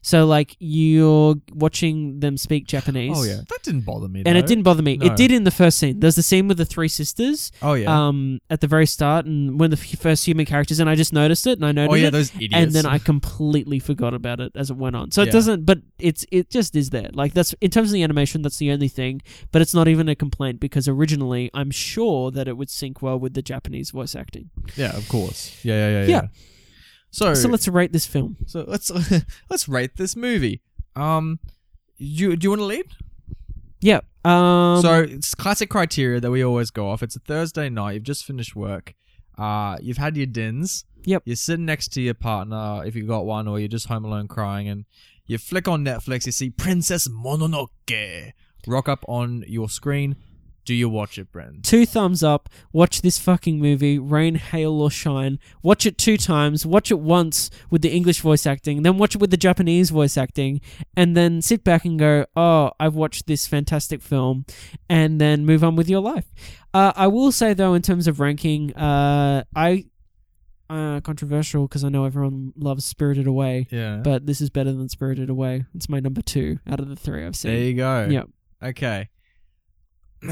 S1: So, like, you're watching them speak Japanese.
S2: Oh yeah, that didn't bother me.
S1: And
S2: though.
S1: it didn't bother me.
S2: No.
S1: It did in the first scene. There's the scene with the three sisters
S2: Oh yeah.
S1: um, at the very start and when the f- first human characters, and I just noticed it and I noticed
S2: oh yeah,
S1: it.
S2: those idiots.
S1: And then I completely forgot about it as it went on. So
S2: Yeah.
S1: it doesn't, but it's it just is there. Like that's in terms of the animation, that's the only thing. But it's not even a complaint because originally I'm sure that it would sync well with the Japanese voice acting.
S2: Yeah, of course. Yeah, yeah, yeah, yeah.
S1: Yeah.
S2: So,
S1: So
S2: let's
S1: let's rate this film.
S2: so let's let's rate this movie. Um, you do you want to lead?
S1: Yeah. Um,
S2: so it's classic criteria that we always go off. It's a Thursday night. You've just finished work. Uh, you've had your dins.
S1: Yep.
S2: You're sitting next to your partner if you got one, or you're just home alone crying, and you flick on Netflix. You see Princess Mononoke rock up on your screen. Do you watch it, Brent?
S1: Two thumbs up. Watch this fucking movie, rain, hail, or shine. Watch it two times. Watch it once with the English voice acting, then watch it with the Japanese voice acting, and then sit back and go, oh, I've watched this fantastic film, and then move on with your life. Uh, I will say, though, in terms of ranking, uh, I. Uh, controversial because I know everyone loves Spirited Away,
S2: Yeah.
S1: but this is better than Spirited Away. It's my number two out of the three I've
S2: There
S1: seen.
S2: you go.
S1: Yeah.
S2: Okay.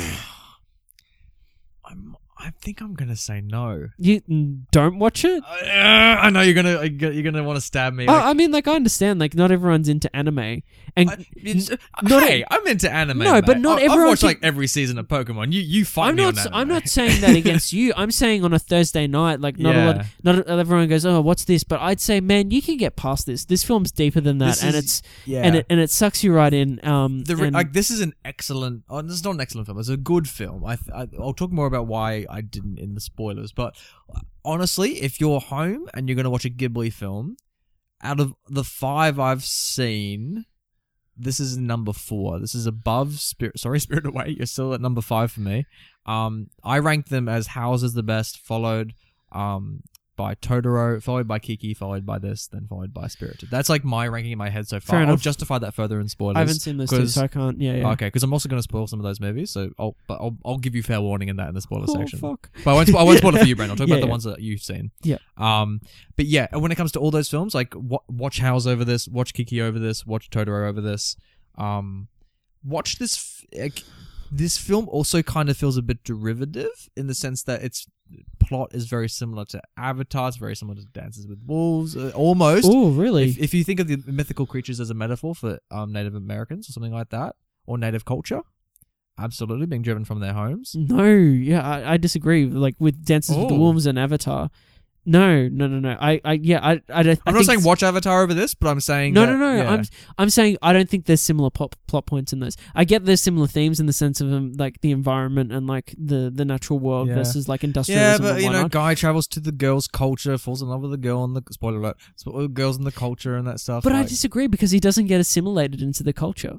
S2: I'm. I think I'm gonna say no.
S1: You mm, don't watch it?
S2: Uh, I know you're gonna you're gonna want to stab me.
S1: Oh, I mean, like I understand, like not everyone's into anime, and
S2: I, it's, uh,
S1: not e
S2: hey, I'm into anime.
S1: No,
S2: mate.
S1: but not
S2: I, I've
S1: everyone
S2: watched
S1: can-
S2: like every season of Pokemon. You you fight
S1: I'm
S2: me
S1: not.
S2: on anime.
S1: I'm not saying that against you. I'm saying on a Thursday night, like not a lot.
S2: Yeah.
S1: Not everyone goes, oh, what's this? But I'd say, man, you can get past this. This film's deeper than that,
S2: This
S1: and
S2: is-
S1: it's
S2: Yeah.
S1: and it and it sucks you right in. Um,
S2: the re-
S1: and-
S2: like this is an excellent. Oh, this is not an excellent film. It's a good film. I, th- I I'll talk more about why I didn't in the spoilers. But honestly, if you're home and you're gonna watch a Ghibli film, out of the five I've seen, this is number four. This is above Spirit. Sorry, Spirit Away. You're still at number five for me. Um, I ranked them as Howl's is the best, followed um by Totoro, followed by Kiki, followed by this, then followed by Spirited. That's like my ranking in my head so far.
S1: Fair
S2: I'll
S1: enough.
S2: justify that further in spoilers.
S1: I haven't seen those two,
S2: 'cause-
S1: so I can't. Yeah, yeah.
S2: Okay, because I'm also going to spoil some of those movies, so I'll but I'll, I'll give you fair warning in that in the spoiler
S1: Oh,
S2: section.
S1: fuck.
S2: But I won't, spo- I won't spoil it for you, Brent. I'll talk
S1: Yeah,
S2: about the
S1: yeah.
S2: ones that you've seen.
S1: Yeah.
S2: Um. But yeah, when it comes to all those films, like wa- watch Howl's over this, watch Kiki over this, watch Totoro over this. Um, watch this. F- like, this film also kind of feels a bit derivative in the sense that its plot is very similar to Avatar. It's very similar to Dances with Wolves, uh, almost.
S1: Oh, really?
S2: If, if you think of the mythical creatures as a metaphor for um, Native Americans or something like that, or Native culture, absolutely being driven from their homes.
S1: no, yeah, I, I disagree. Like with Dances with the
S2: Oh.
S1: Wolves and Avatar, No, no, no, no. I, I yeah, I, I don't. I
S2: I'm not
S1: think
S2: saying watch Avatar over this, but I'm saying
S1: No,
S2: that-
S1: no, no.
S2: yeah.
S1: I'm I'm saying I don't think there's similar plot plot points in those. I get there's similar themes in the sense of um, like the environment and like the the natural world
S2: Yeah.
S1: versus like
S2: yeah,
S1: industrialism.
S2: but
S1: and
S2: you know,
S1: whatnot.
S2: guy travels to the girl's culture, falls in love with the girl and the spoiler alert, sp- with the girls in the culture and that stuff.
S1: But I
S2: like-
S1: disagree because he doesn't get assimilated into the culture.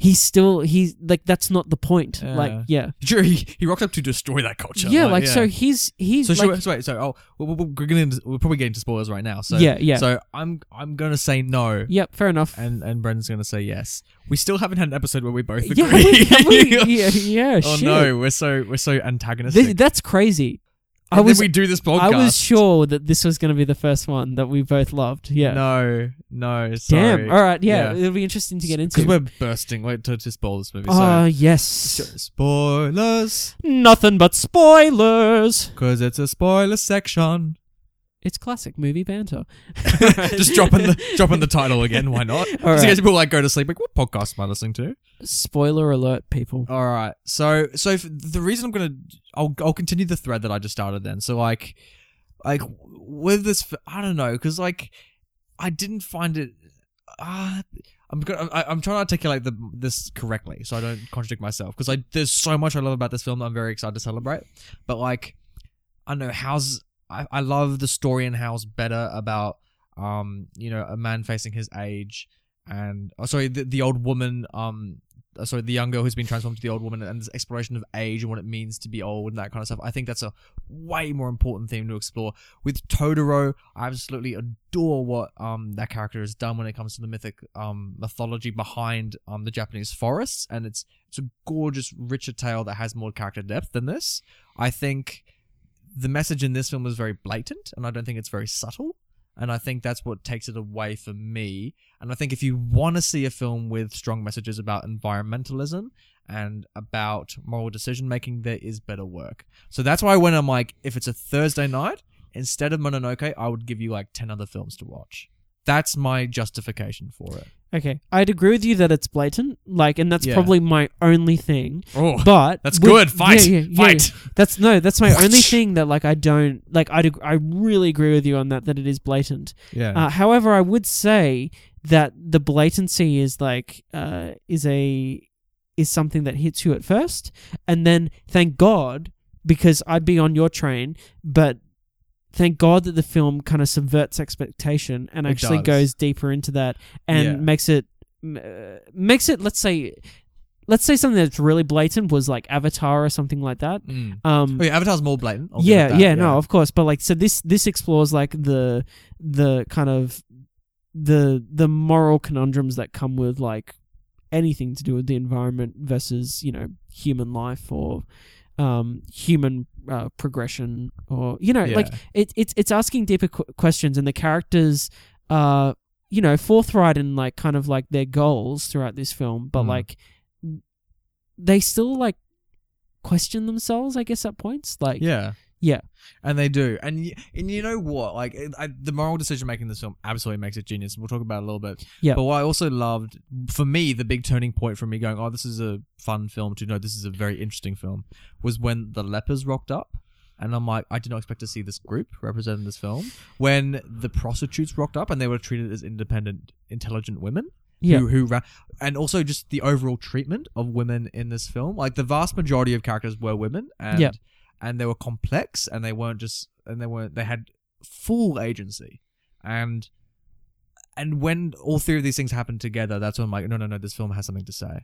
S1: He's still he's like that's not the point.
S2: Yeah.
S1: Like yeah,
S2: sure he, he rocked up to destroy that culture.
S1: yeah. Like so he's he's
S2: So,
S1: like
S2: should we- so wait, so oh, we're, we're, we're, gonna, we're probably getting to spoilers right now. So
S1: yeah, yeah,
S2: So I'm I'm gonna say no,
S1: yep. Fair enough.
S2: and and Brendan's gonna say yes. We still haven't had an episode where we both agree.
S1: yeah, have we- have we- yeah, yeah.
S2: oh
S1: shit.
S2: no, we're so we're so
S1: This-
S2: antagonistic.
S1: that's crazy. I
S2: And
S1: was
S2: then we do this podcast.
S1: I was sure that this was going to be the first one that we both loved. Yeah.
S2: No, no, sorry.
S1: Damn. All right. Yeah,
S2: Yeah.
S1: It'll be interesting to get into.
S2: Because we're bursting like, to, to spoil this movie.
S1: Ah,
S2: so.
S1: yes.
S2: Spoilers,
S1: Nothing but spoilers.
S2: because it's a spoiler section.
S1: It's classic movie banter.
S2: Just dropping the dropping the title again. Why not?
S1: All
S2: Because you
S1: right.
S2: guys people like go to sleep. Like, what podcast am I listening to?
S1: Spoiler alert, people.
S2: All right. So so if the reason I'm gonna I'll I'll continue the thread that I just started then. So like like with this f- I don't know because like I didn't find it. Uh, I'm gonna, I, I'm trying to articulate the, this correctly so I don't contradict myself because I there's so much I love about this film that I'm very excited to celebrate. But like I don't know how's I, I love the story in House better about um you know a man facing his age and oh, sorry the, the old woman um uh, sorry, the young girl who's been transformed to the old woman and this exploration of age and what it means to be old and that kind of stuff. I think that's a way more important theme to explore. With Totoro, I absolutely adore what um that character has done when it comes to the mythic um mythology behind um the Japanese forests, and it's it's a gorgeous, richer tale that has more character depth than this. I think the message in this film is very blatant, and I don't think it's very subtle. And I think that's what takes it away for me. And I think if you want to see a film with strong messages about environmentalism and about moral decision making, there is better work. So that's why when I'm like, if it's a Thursday night, instead of Mononoke, I would give you like 10 other films to watch. That's my justification for it.
S1: Okay, I'd agree with you that it's blatant. Like, and that's
S2: Oh. Yeah.
S1: probably my only thing.
S2: Oh,
S1: But
S2: that's
S1: with-
S2: good. Fight.
S1: Yeah, yeah, yeah, yeah.
S2: Fight.
S1: That's no. That's my
S2: What?
S1: only thing that like I don't like. I I really agree with you on that. That it is blatant.
S2: Yeah.
S1: Uh, however, I would say that the blatancy is like uh, is a is something that hits you at first, and then thank God because I'd be on your train, but thank God that the film kind of subverts expectation and
S2: It
S1: actually
S2: does.
S1: goes deeper into that and
S2: Yeah.
S1: makes it m- uh, makes it let's say let's say something that's really blatant was like Avatar or something like that.
S2: Mm.
S1: Um,
S2: Oh, yeah, Avatar's more blatant. I'll give
S1: yeah,
S2: it that,
S1: yeah, no, of course, but like, so this this explores like the the kind of the the moral conundrums that come with like anything to do with the environment versus you know human life or um human uh, progression or you know
S2: Yeah.
S1: like it, it's it's asking deeper qu- questions and the characters are you know forthright in like kind of like their goals throughout this film but
S2: Mm.
S1: like they still like question themselves i guess at points like
S2: yeah.
S1: Yeah.
S2: And they do. And y- and you know what? Like it- I, the moral decision making in this film absolutely makes it genius. We'll talk about it a little bit.
S1: Yeah.
S2: But what I also loved for me, the big turning point for me going, "Oh, this is a fun film," to no, this is a very interesting film, was when the lepers rocked up. And I'm like, I did not expect to see this group represented in this film. When the prostitutes rocked up and they were treated as independent, intelligent women
S1: yeah
S2: who who ra- and also just the overall treatment of women in this film. Like the vast majority of characters were women, and
S1: Yeah.
S2: and they were complex, and they weren't just and they weren't they had full agency, and and when all three of these things happen together, that's when I'm like, no, no, no, this film has something to say.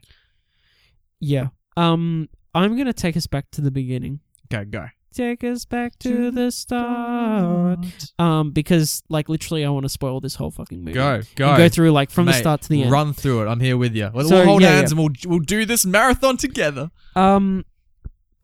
S1: yeah um i'm gonna take us back to the beginning
S2: Okay, go.
S1: take us back to the start um because like literally i want to spoil this whole fucking movie
S2: Go, go.
S1: And go through like from the
S2: Mate,
S1: start to the end
S2: Run through it. I'm here with you. We'll,
S1: So,
S2: we'll hold
S1: yeah,
S2: hands
S1: yeah.
S2: and we'll we'll do this marathon together.
S1: Um.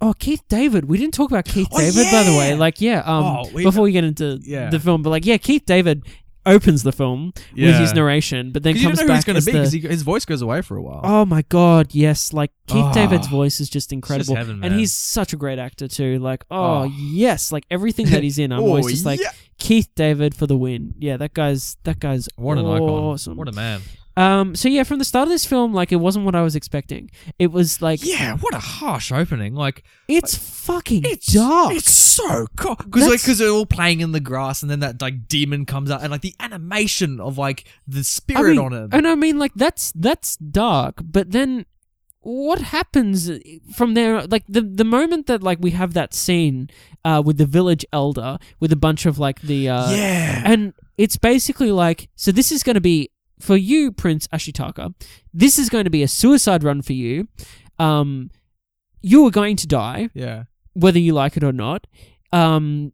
S1: Oh, Keith David. We didn't talk about Keith
S2: Oh,
S1: David, by the way.
S2: yeah.
S1: Like, yeah. Um.
S2: Oh, we-
S1: before we get into
S2: Yeah.
S1: the film, but like, yeah, Keith David opens the film with his narration, but then
S2: 'Cause you
S1: comes
S2: don't know who
S1: back
S2: he's going
S1: as
S2: to be
S1: the-
S2: because his voice goes away for a while.
S1: Oh my god, yes! Like Keith
S2: Ah.
S1: David's voice is just incredible,
S2: heaven,
S1: and
S2: man.
S1: he's such a great actor too. Like, oh,
S2: Oh.
S1: yes! Like everything that he's in, I'm always
S2: Oh,
S1: just like
S2: yeah.
S1: Keith David for the win. Yeah, that guy's that guy's
S2: What an icon.
S1: awesome.
S2: What a man.
S1: Um, so yeah, from the start of this film, like it wasn't what I was expecting. It was like
S2: yeah, what a harsh opening. Like
S1: it's fucking
S2: it's
S1: dark.
S2: It's so cool because like
S1: That's-
S2: because they're all playing in the grass, and then that like demon comes out, and like the animation of like the
S1: I
S2: spirit
S1: mean,
S2: on him.
S1: and I mean like that's that's dark. But then what happens from there? Like the the moment that like we have that scene uh, with the village elder with a bunch of like the uh,
S2: yeah,
S1: And it's basically like so this is going to be for you Prince Ashitaka. This is going to be a suicide run for you. Um you are going to die
S2: yeah,
S1: whether you like it or not. Um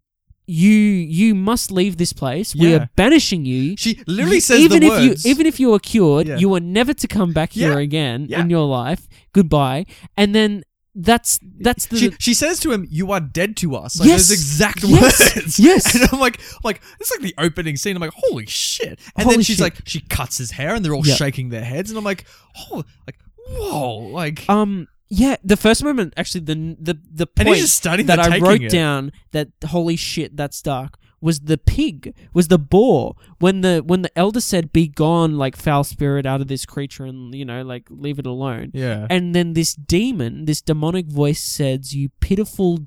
S1: you you must leave this place. We
S2: Yeah.
S1: are banishing you.
S2: she literally
S1: You-
S2: says
S1: even
S2: the
S1: if
S2: words.
S1: you even if you are cured,
S2: Yeah.
S1: you are never to come back here
S2: Yeah.
S1: again
S2: Yeah.
S1: in your life. Goodbye. And then that's that's the
S2: she, she says to him, "You are dead to us." Like
S1: Yes.
S2: those exact
S1: Yes.
S2: words.
S1: Yes.
S2: and I'm like, like this is like the opening scene. I'm like, holy shit! And
S1: Holy
S2: then she's
S1: shit.
S2: like, she cuts his hair, and they're all
S1: Yeah.
S2: shaking their heads, and I'm like, oh, like whoa, like,
S1: um yeah, the first moment actually the the the
S2: and
S1: point
S2: he's just standing
S1: that
S2: there
S1: I
S2: taking
S1: wrote
S2: it.
S1: down that holy shit, that's dark was the pig, was the boar. When the when the elder said, Be gone, like foul spirit out of this creature and you know, like leave it alone.
S2: Yeah,
S1: And then this demon, this demonic voice says, You pitiful,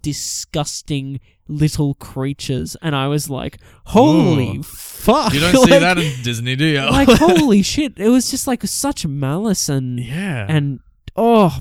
S1: disgusting little creatures and I was like, Holy
S2: Ooh.
S1: fuck
S2: you don't see
S1: Like-
S2: that in Disney, do you?
S1: Like holy shit. It was just like such malice and
S2: yeah,
S1: and oh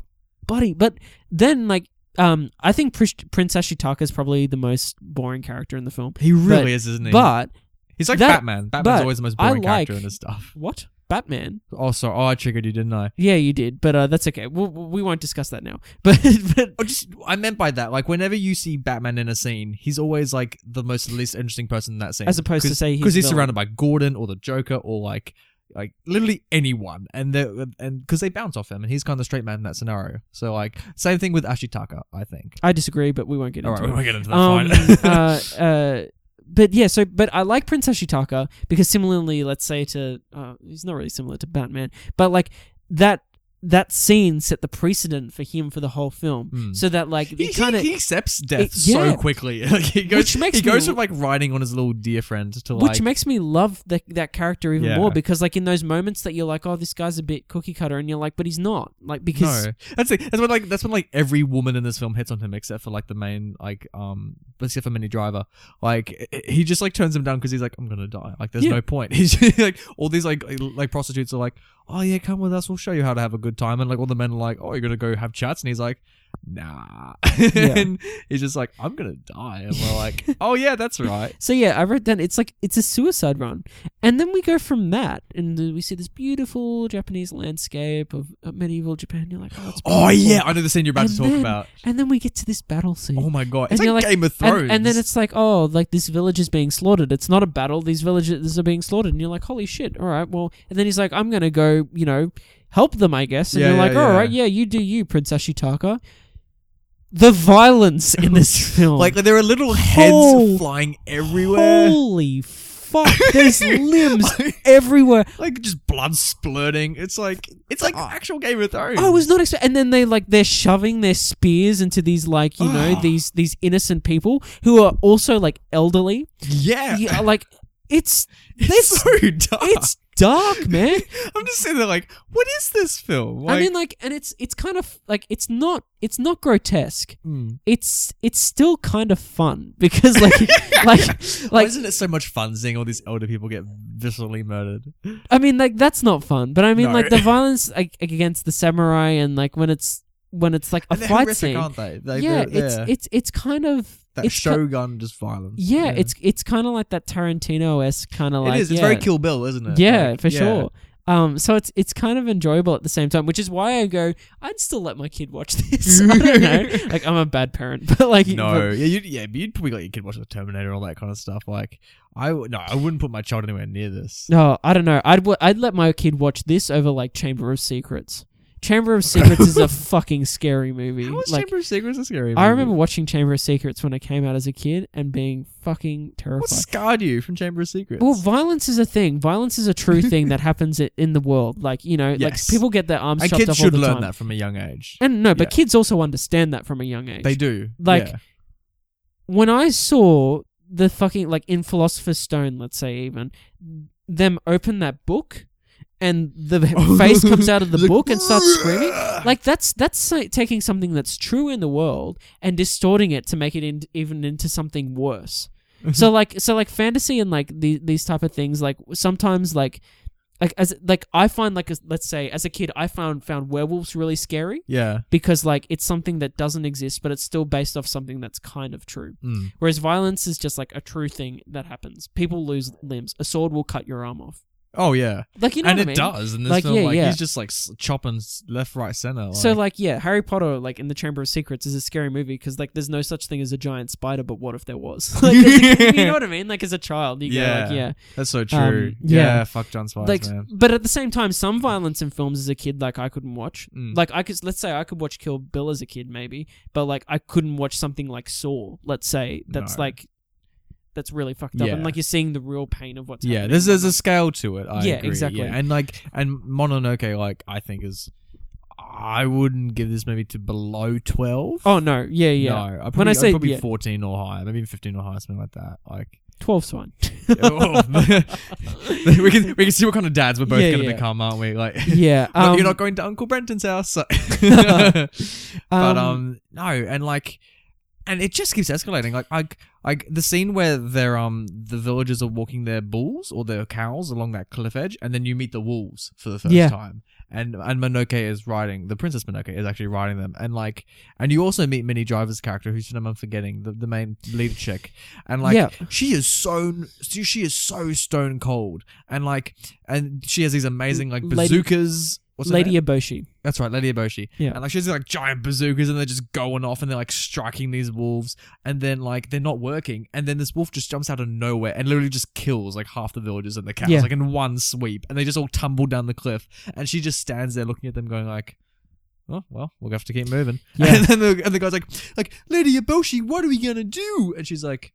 S1: buddy but then like um i think Pris- prince ashitaka is probably the most boring character in the film
S2: he really
S1: but-
S2: is, isn't he?
S1: but
S2: He's like
S1: That-
S2: Batman. Batman's
S1: but
S2: always the most
S1: I
S2: boring character
S1: like-
S2: in his stuff.
S1: what batman
S2: Oh, sorry. Oh, I triggered you, didn't I?
S1: yeah you did but uh that's okay we, we won't discuss that now but but
S2: Oh, just I meant by that, like whenever you see Batman in a scene, he's always like the most least interesting person in that scene,
S1: as opposed to
S2: Cause-
S1: say
S2: because he's
S1: villain.
S2: surrounded by Gordon or the Joker or like like literally anyone, and they and because they bounce off him, and he's kind of the straight man in that scenario. So like same thing with Ashitaka, I think.
S1: i disagree but we won't get
S2: All
S1: into
S2: right,
S1: it
S2: we won't get into that.
S1: um,
S2: fine.
S1: uh, uh, but yeah, so but I like Prince Ashitaka because similarly, let's say to uh, he's not really similar to Batman, but like that that scene set the precedent for him for the whole film,
S2: Hmm.
S1: so that like
S2: he,
S1: it kind of
S2: he accepts death
S1: it- yeah.
S2: so quickly. Like, he goes,
S1: Which makes
S2: he goes
S1: me-
S2: from like riding on his little dear friend to like
S1: which makes me love the, that character even
S2: Yeah.
S1: more because like in those moments that you're like, oh, this guy's a bit cookie cutter, and you're like, but he's not, like because
S2: no, that's it. That's when like that's when like every woman in this film hits on him, except for like the main like um except for Minnie Driver. Like i- he just like turns him down because he's like I'm gonna die. Like there's
S1: Yeah.
S2: no point. He's just, like all these like l- like prostitutes are like oh yeah come with us we'll show you how to have a good time and like all the men are like oh you're gonna go have chats and he's like nah and he's just like I'm gonna die and we're like oh yeah that's right
S1: So yeah, I wrote down it's like it's a suicide run, and then we go from that, and then we see this beautiful Japanese landscape of of medieval Japan. You're like, oh, it's
S2: oh
S1: beautiful.
S2: yeah I know the scene you're about
S1: And
S2: to talk
S1: then-
S2: about
S1: And then we get to this battle scene,
S2: oh my god
S1: And
S2: it's
S1: you're
S2: like,
S1: like-
S2: Game of Thrones
S1: and, and then it's like, oh, like this village is being slaughtered. It's not a battle; these villages are being slaughtered, and you're like, holy shit! All right, well, and then he's like, I'm gonna go, you know, help them, I guess. And
S2: Yeah,
S1: you're
S2: yeah,
S1: like,
S2: yeah.
S1: all right, yeah, you do you, Prince Ashitaka. The violence in this film,
S2: like there are little heads
S1: Whole-
S2: flying everywhere.
S1: holy fuck! There's limbs everywhere.
S2: like just blood splurting. It's like it's like actual Game of Thrones.
S1: I was not expecting. And then they like they're shoving their spears into these like you know
S2: Ah.
S1: these these innocent people who are also like elderly.
S2: yeah.
S1: Yeah, like it's
S2: It's
S1: this
S2: so dark.
S1: it's dark, man.
S2: I'm just sitting there like, what is this film?
S1: I
S2: Like,
S1: mean, like, and it's it's kind of like it's not it's not grotesque.
S2: Hmm.
S1: It's it's still kind of fun because like like
S2: Why
S1: like
S2: isn't it so much fun seeing all these older people get viscerally murdered?
S1: I mean, like that's not fun. But I mean,
S2: No.
S1: like the violence like, against the samurai and like when it's when it's like a
S2: and they're
S1: fight
S2: horrific,
S1: scene.
S2: aren't they? They-
S1: yeah,
S2: they're-
S1: it's it's it's kind of
S2: that
S1: it's ki-
S2: Shogun just violence.
S1: Yeah, it's it's kind of like that Tarantino esque kind of
S2: It
S1: like
S2: is. It's
S1: yeah.
S2: very Kill Bill, isn't it?
S1: Yeah,
S2: Like,
S1: for sure. Um, so it's it's kind of enjoyable at the same time, which is why I go. I'd still let my kid watch this. I don't know. Like I'm a bad parent, but like
S2: No, yeah, you'd, yeah, but you'd probably let your kid watch the Terminator and all that kind of stuff. Like, I w- no, I wouldn't put my child anywhere near this.
S1: but- no, I don't know. I'd wa- I'd let my kid watch this over like Chamber of Secrets. Chamber of Secrets is a fucking scary movie.
S2: How is
S1: like
S2: Chamber of Secrets a scary?
S1: I
S2: movie?
S1: remember watching Chamber of Secrets when I came out as a kid and being fucking terrified.
S2: What scarred you from Chamber of Secrets?
S1: Well, violence is a thing. Violence is a true thing that happens i- in the world. Like you know, like
S2: Yes.
S1: people get their arms
S2: and
S1: chopped
S2: kids
S1: off
S2: should
S1: all the
S2: learn
S1: time.
S2: that from a young age.
S1: And no, but
S2: Yeah.
S1: kids also understand that from a young age.
S2: They do.
S1: Like-
S2: yeah.
S1: when I saw the fucking like in Philosopher's Stone, let's say even them open that book and the
S2: Oh.
S1: face comes out of the book and starts screaming. Like that's that's so- taking something that's true in the world and distorting it to make it in, even into something worse.
S2: Mm-hmm.
S1: so like so like fantasy and like the, these type of things like sometimes like like as like I find like as, let's say as a kid I found found werewolves really scary
S2: yeah.
S1: because like it's something that doesn't exist but it's still based off something that's kind of true.
S2: Mm.
S1: Whereas violence is just like a true thing that happens. People lose limbs. A sword will cut your arm off.
S2: Oh yeah,
S1: Like you know
S2: and
S1: what
S2: it
S1: I mean?
S2: does. And this
S1: Like,
S2: film,
S1: yeah,
S2: like
S1: yeah.
S2: he's just like s- chopping s- left, right, center. Like,
S1: So like yeah, Harry Potter like in the Chamber of Secrets is a scary movie because like there's no such thing as a giant spider, but what if there was? Like, it's- you know what I mean? Like as a child, you go
S2: Yeah.
S1: like yeah,
S2: that's so true. yeah.
S1: yeah.
S2: fuck John Spies,
S1: like
S2: man.
S1: but at the same time, some violence in films as a kid like I couldn't watch.
S2: Mm.
S1: Like I could let's say I could watch Kill Bill as a kid maybe, but like I couldn't watch something like Saw. Let's say that's
S2: No.
S1: like that's really fucked up
S2: Yeah.
S1: and like you're seeing the real pain of what's
S2: yeah,
S1: happening.
S2: there's there's a scale to it. I
S1: Yeah,
S2: agree.
S1: exactly.
S2: Yeah, and like and Mononoke, like I think is, I wouldn't give this maybe to below twelve.
S1: Oh no, yeah, yeah.
S2: No, I probably,
S1: I
S2: I'd
S1: say-
S2: probably
S1: yeah.
S2: fourteen or higher, maybe fifteen or higher, something like that. Like
S1: 12's fine.
S2: oh, we can we can see what kind of dads we're both
S1: Yeah,
S2: gonna
S1: yeah.
S2: become, aren't we? Like
S1: yeah.
S2: No,
S1: Um,
S2: you're not going to Uncle Brenton's house. so- but um, no, and like, and it just keeps escalating. Like, like, like the scene where they're um the villagers are walking their bulls or their cows along that cliff edge, and then you meet the wolves for the first
S1: Yeah.
S2: time. And and Monoke is riding the princess Monoke is actually riding them, and like, and you also meet Minnie Driver's character, whose name I'm forgetting, the, the main lead chick, and like,
S1: Yeah.
S2: she is so she is so stone cold, and like, and she has these amazing like
S1: Lady-
S2: bazookas. What's her name?
S1: Lady Eboshi.
S2: That's right, Lady Eboshi.
S1: Yeah.
S2: And like she's like giant bazookas and they're just going off and they're like striking these wolves and then like they're not working. And then this wolf just jumps out of nowhere and literally just kills like half the villagers and the cows,
S1: Yeah.
S2: like in one sweep. And they just all tumble down the cliff. And she just stands there looking at them going like Oh, well, we'll have to keep moving.
S1: Yeah.
S2: And then the, and the guy's like, like, Lady Eboshi, what are we gonna do? And she's like,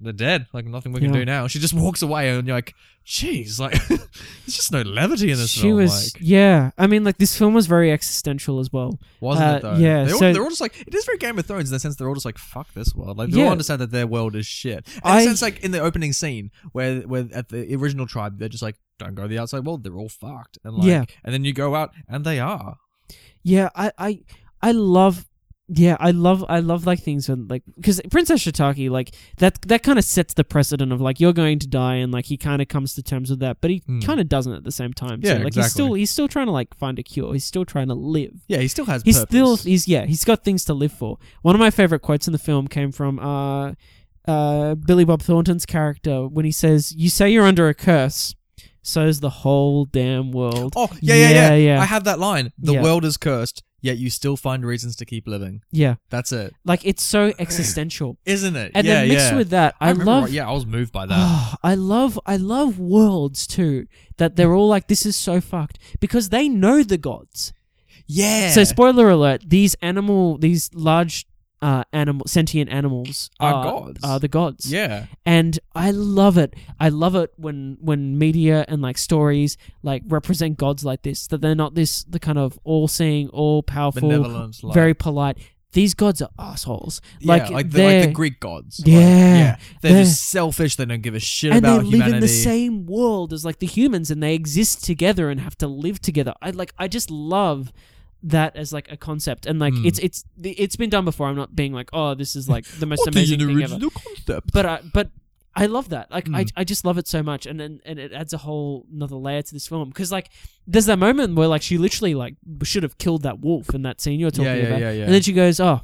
S2: they're dead. Like nothing we can
S1: Yeah.
S2: do now. She just walks away, and you're like, "Jeez, like, there's just no levity in this
S1: She
S2: film."
S1: was,
S2: like.
S1: yeah. I mean, like this film was very existential as well.
S2: Wasn't it
S1: Uh,
S2: though?
S1: yeah,
S2: They're all,
S1: so-
S2: they're all just like it is very Game of Thrones in the sense they're all just like fuck this world. Like they all
S1: Yeah.
S2: understand that their world is shit. And
S1: I-
S2: in the sense like in the opening scene where where at the original tribe they're just like don't go to the outside world. They're all fucked. And like
S1: Yeah.
S2: and then you go out and they are.
S1: Yeah, I, I, I love. Yeah, I love I love like things when like because Princess Shitake like that that kind of sets the precedent of like you're going to die and like he kind of comes to terms with that, but he
S2: Mm.
S1: kind of doesn't at the same time. so,
S2: Yeah,
S1: like
S2: exactly.
S1: he's still he's still trying to like find a cure. He's still trying to live.
S2: Yeah, he still has
S1: He's
S2: purpose.
S1: still he's yeah he's got things to live for. One of my favorite quotes in the film came from uh, uh, Billy Bob Thornton's character when he says, "You say you're under a curse, so's the whole damn world."
S2: Oh, yeah, yeah, yeah.
S1: Yeah, yeah.
S2: I had that line. The
S1: Yeah.
S2: world is cursed, yet you still find reasons to keep living.
S1: Yeah,
S2: That's it.
S1: like it's so existential.
S2: Isn't it?
S1: And
S2: yeah,
S1: then mixed
S2: yeah.
S1: with that, I,
S2: remember,
S1: love.
S2: right- yeah, I was moved by that.
S1: Oh, I love I love worlds too that they're all like this is so fucked because they know the gods.
S2: yeah.
S1: So spoiler alert, these animal these large uh animal sentient animals
S2: Are
S1: are,
S2: gods.
S1: Are the gods.
S2: yeah.
S1: and I love it. I love it when when media and like stories like represent gods like this. That they're not this the kind of all seeing, all powerful,
S2: Benevolence like
S1: very polite. These gods are assholes.
S2: like
S1: Like,
S2: yeah, like the, like the
S1: they're-
S2: Greek gods. Like,
S1: Yeah.
S2: they're,
S1: They're-
S2: just selfish. They don't give a shit
S1: and
S2: about
S1: they live
S2: humanity.
S1: in the same world as like the humans, and they exist together and have to live together. I like. I just love that as like a concept, and like
S2: Mm.
S1: it's it's it's been done before. I'm not being like, oh, this is like the most
S2: What is
S1: amazing
S2: an
S1: thing ever.
S2: original concept?
S1: but I, but I love that. Like I,
S2: Mm.
S1: I just love it so much, and and, and it adds a whole another layer to this film because like there's that moment where like she literally like should have killed that wolf in that scene you're talking
S2: Yeah, yeah,
S1: about,
S2: yeah, yeah.
S1: and then she goes, oh,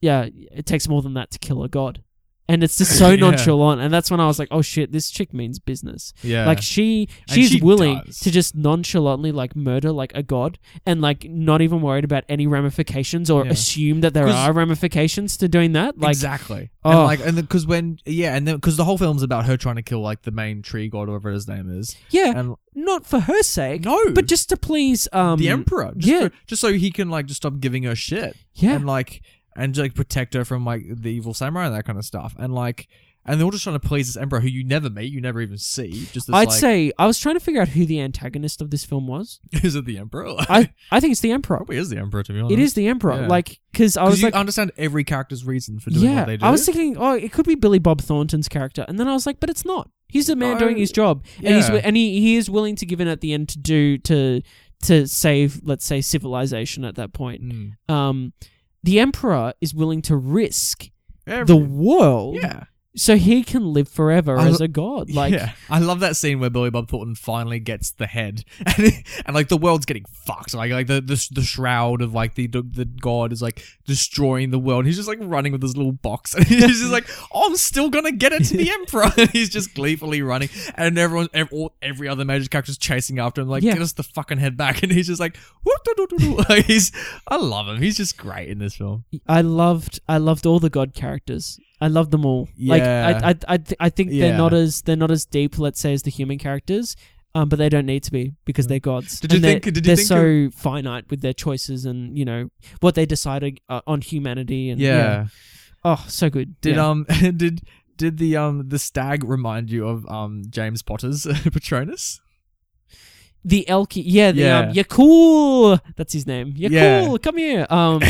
S1: yeah, it takes more than that to kill a god. And it's just so
S2: Yeah.
S1: nonchalant, and that's when I was like, "Oh shit, this chick means business."
S2: yeah,
S1: Like she,
S2: And
S1: she's
S2: she
S1: willing
S2: does.
S1: to just nonchalantly like murder like a god, and like not even worried about any ramifications or
S2: Yeah.
S1: assume that there
S2: 'Cause-
S1: are ramifications to doing that. Like,
S2: exactly. And
S1: Oh.
S2: like and because when yeah and then because the whole film's about her trying to kill like the main tree god or whatever his name is.
S1: yeah,
S2: And
S1: not for her sake,
S2: no,
S1: but just to please um
S2: the emperor. Just
S1: yeah.
S2: for- just so he can like just stop giving her shit.
S1: Yeah,
S2: and like and like protect her from like the evil samurai and that kind of stuff. And like and they're all just trying to please this emperor who you never meet, you never even see. Just this,
S1: I'd
S2: like,
S1: say I was trying to figure out who the antagonist of this film was.
S2: is it the emperor?
S1: I I think it's the emperor.
S2: probably is the emperor to be honest.
S1: It is the emperor.
S2: Uh-huh. Yeah.
S1: Like because I
S2: 'Cause
S1: was
S2: you
S1: like.
S2: understand every character's reason for doing what
S1: Yeah,
S2: they do.
S1: I was thinking, oh, it could be Billy Bob Thornton's character, and then I was like, but it's not. He's a man
S2: No,
S1: doing his job, and he's
S2: yeah.
S1: and he, he is willing to give in at the end to do to to save, let's say, civilization at that point.
S2: Mm.
S1: Um, the emperor is willing to risk the
S2: Every-
S1: world
S2: yeah,
S1: so he can live forever
S2: I lo-
S1: as a god. Like,
S2: yeah. I love that scene where Billy Bob Thornton finally gets the head, and, and like the world's getting fucked. Like like the the, the shroud of like the, the god is like destroying the world. He's just like running with his little box, and he's just like, "Oh, I'm still gonna get it to the emperor." and he's just gleefully running, and everyone, ev- all, every other magic character's chasing after him, like,
S1: Yeah.
S2: "Get us the fucking head back!" And he's just like, "Whoop, doo, doo, doo, doo." Like, "He's, I love him. He's just great in this film."
S1: I loved I loved all the god characters. I loved them all. Like,
S2: Yeah.
S1: I I I, th- I think they're
S2: Yeah.
S1: not as they're not as deep, let's say, as the human characters. Um, but they don't need to be because they're gods.
S2: Mm. Did you
S1: And they're-
S2: think- did you
S1: they're
S2: think
S1: so finite with their choices and you know what they decided uh, on humanity and
S2: yeah.
S1: Oh, so good.
S2: Did
S1: yeah.
S2: um did did the um the stag remind you of um James Potter's Patronus?
S1: the Elky? Yeah, the um,
S2: Yeah.
S1: you're cool. That's his name. You're
S2: Yeah.
S1: cool. Come here. Um,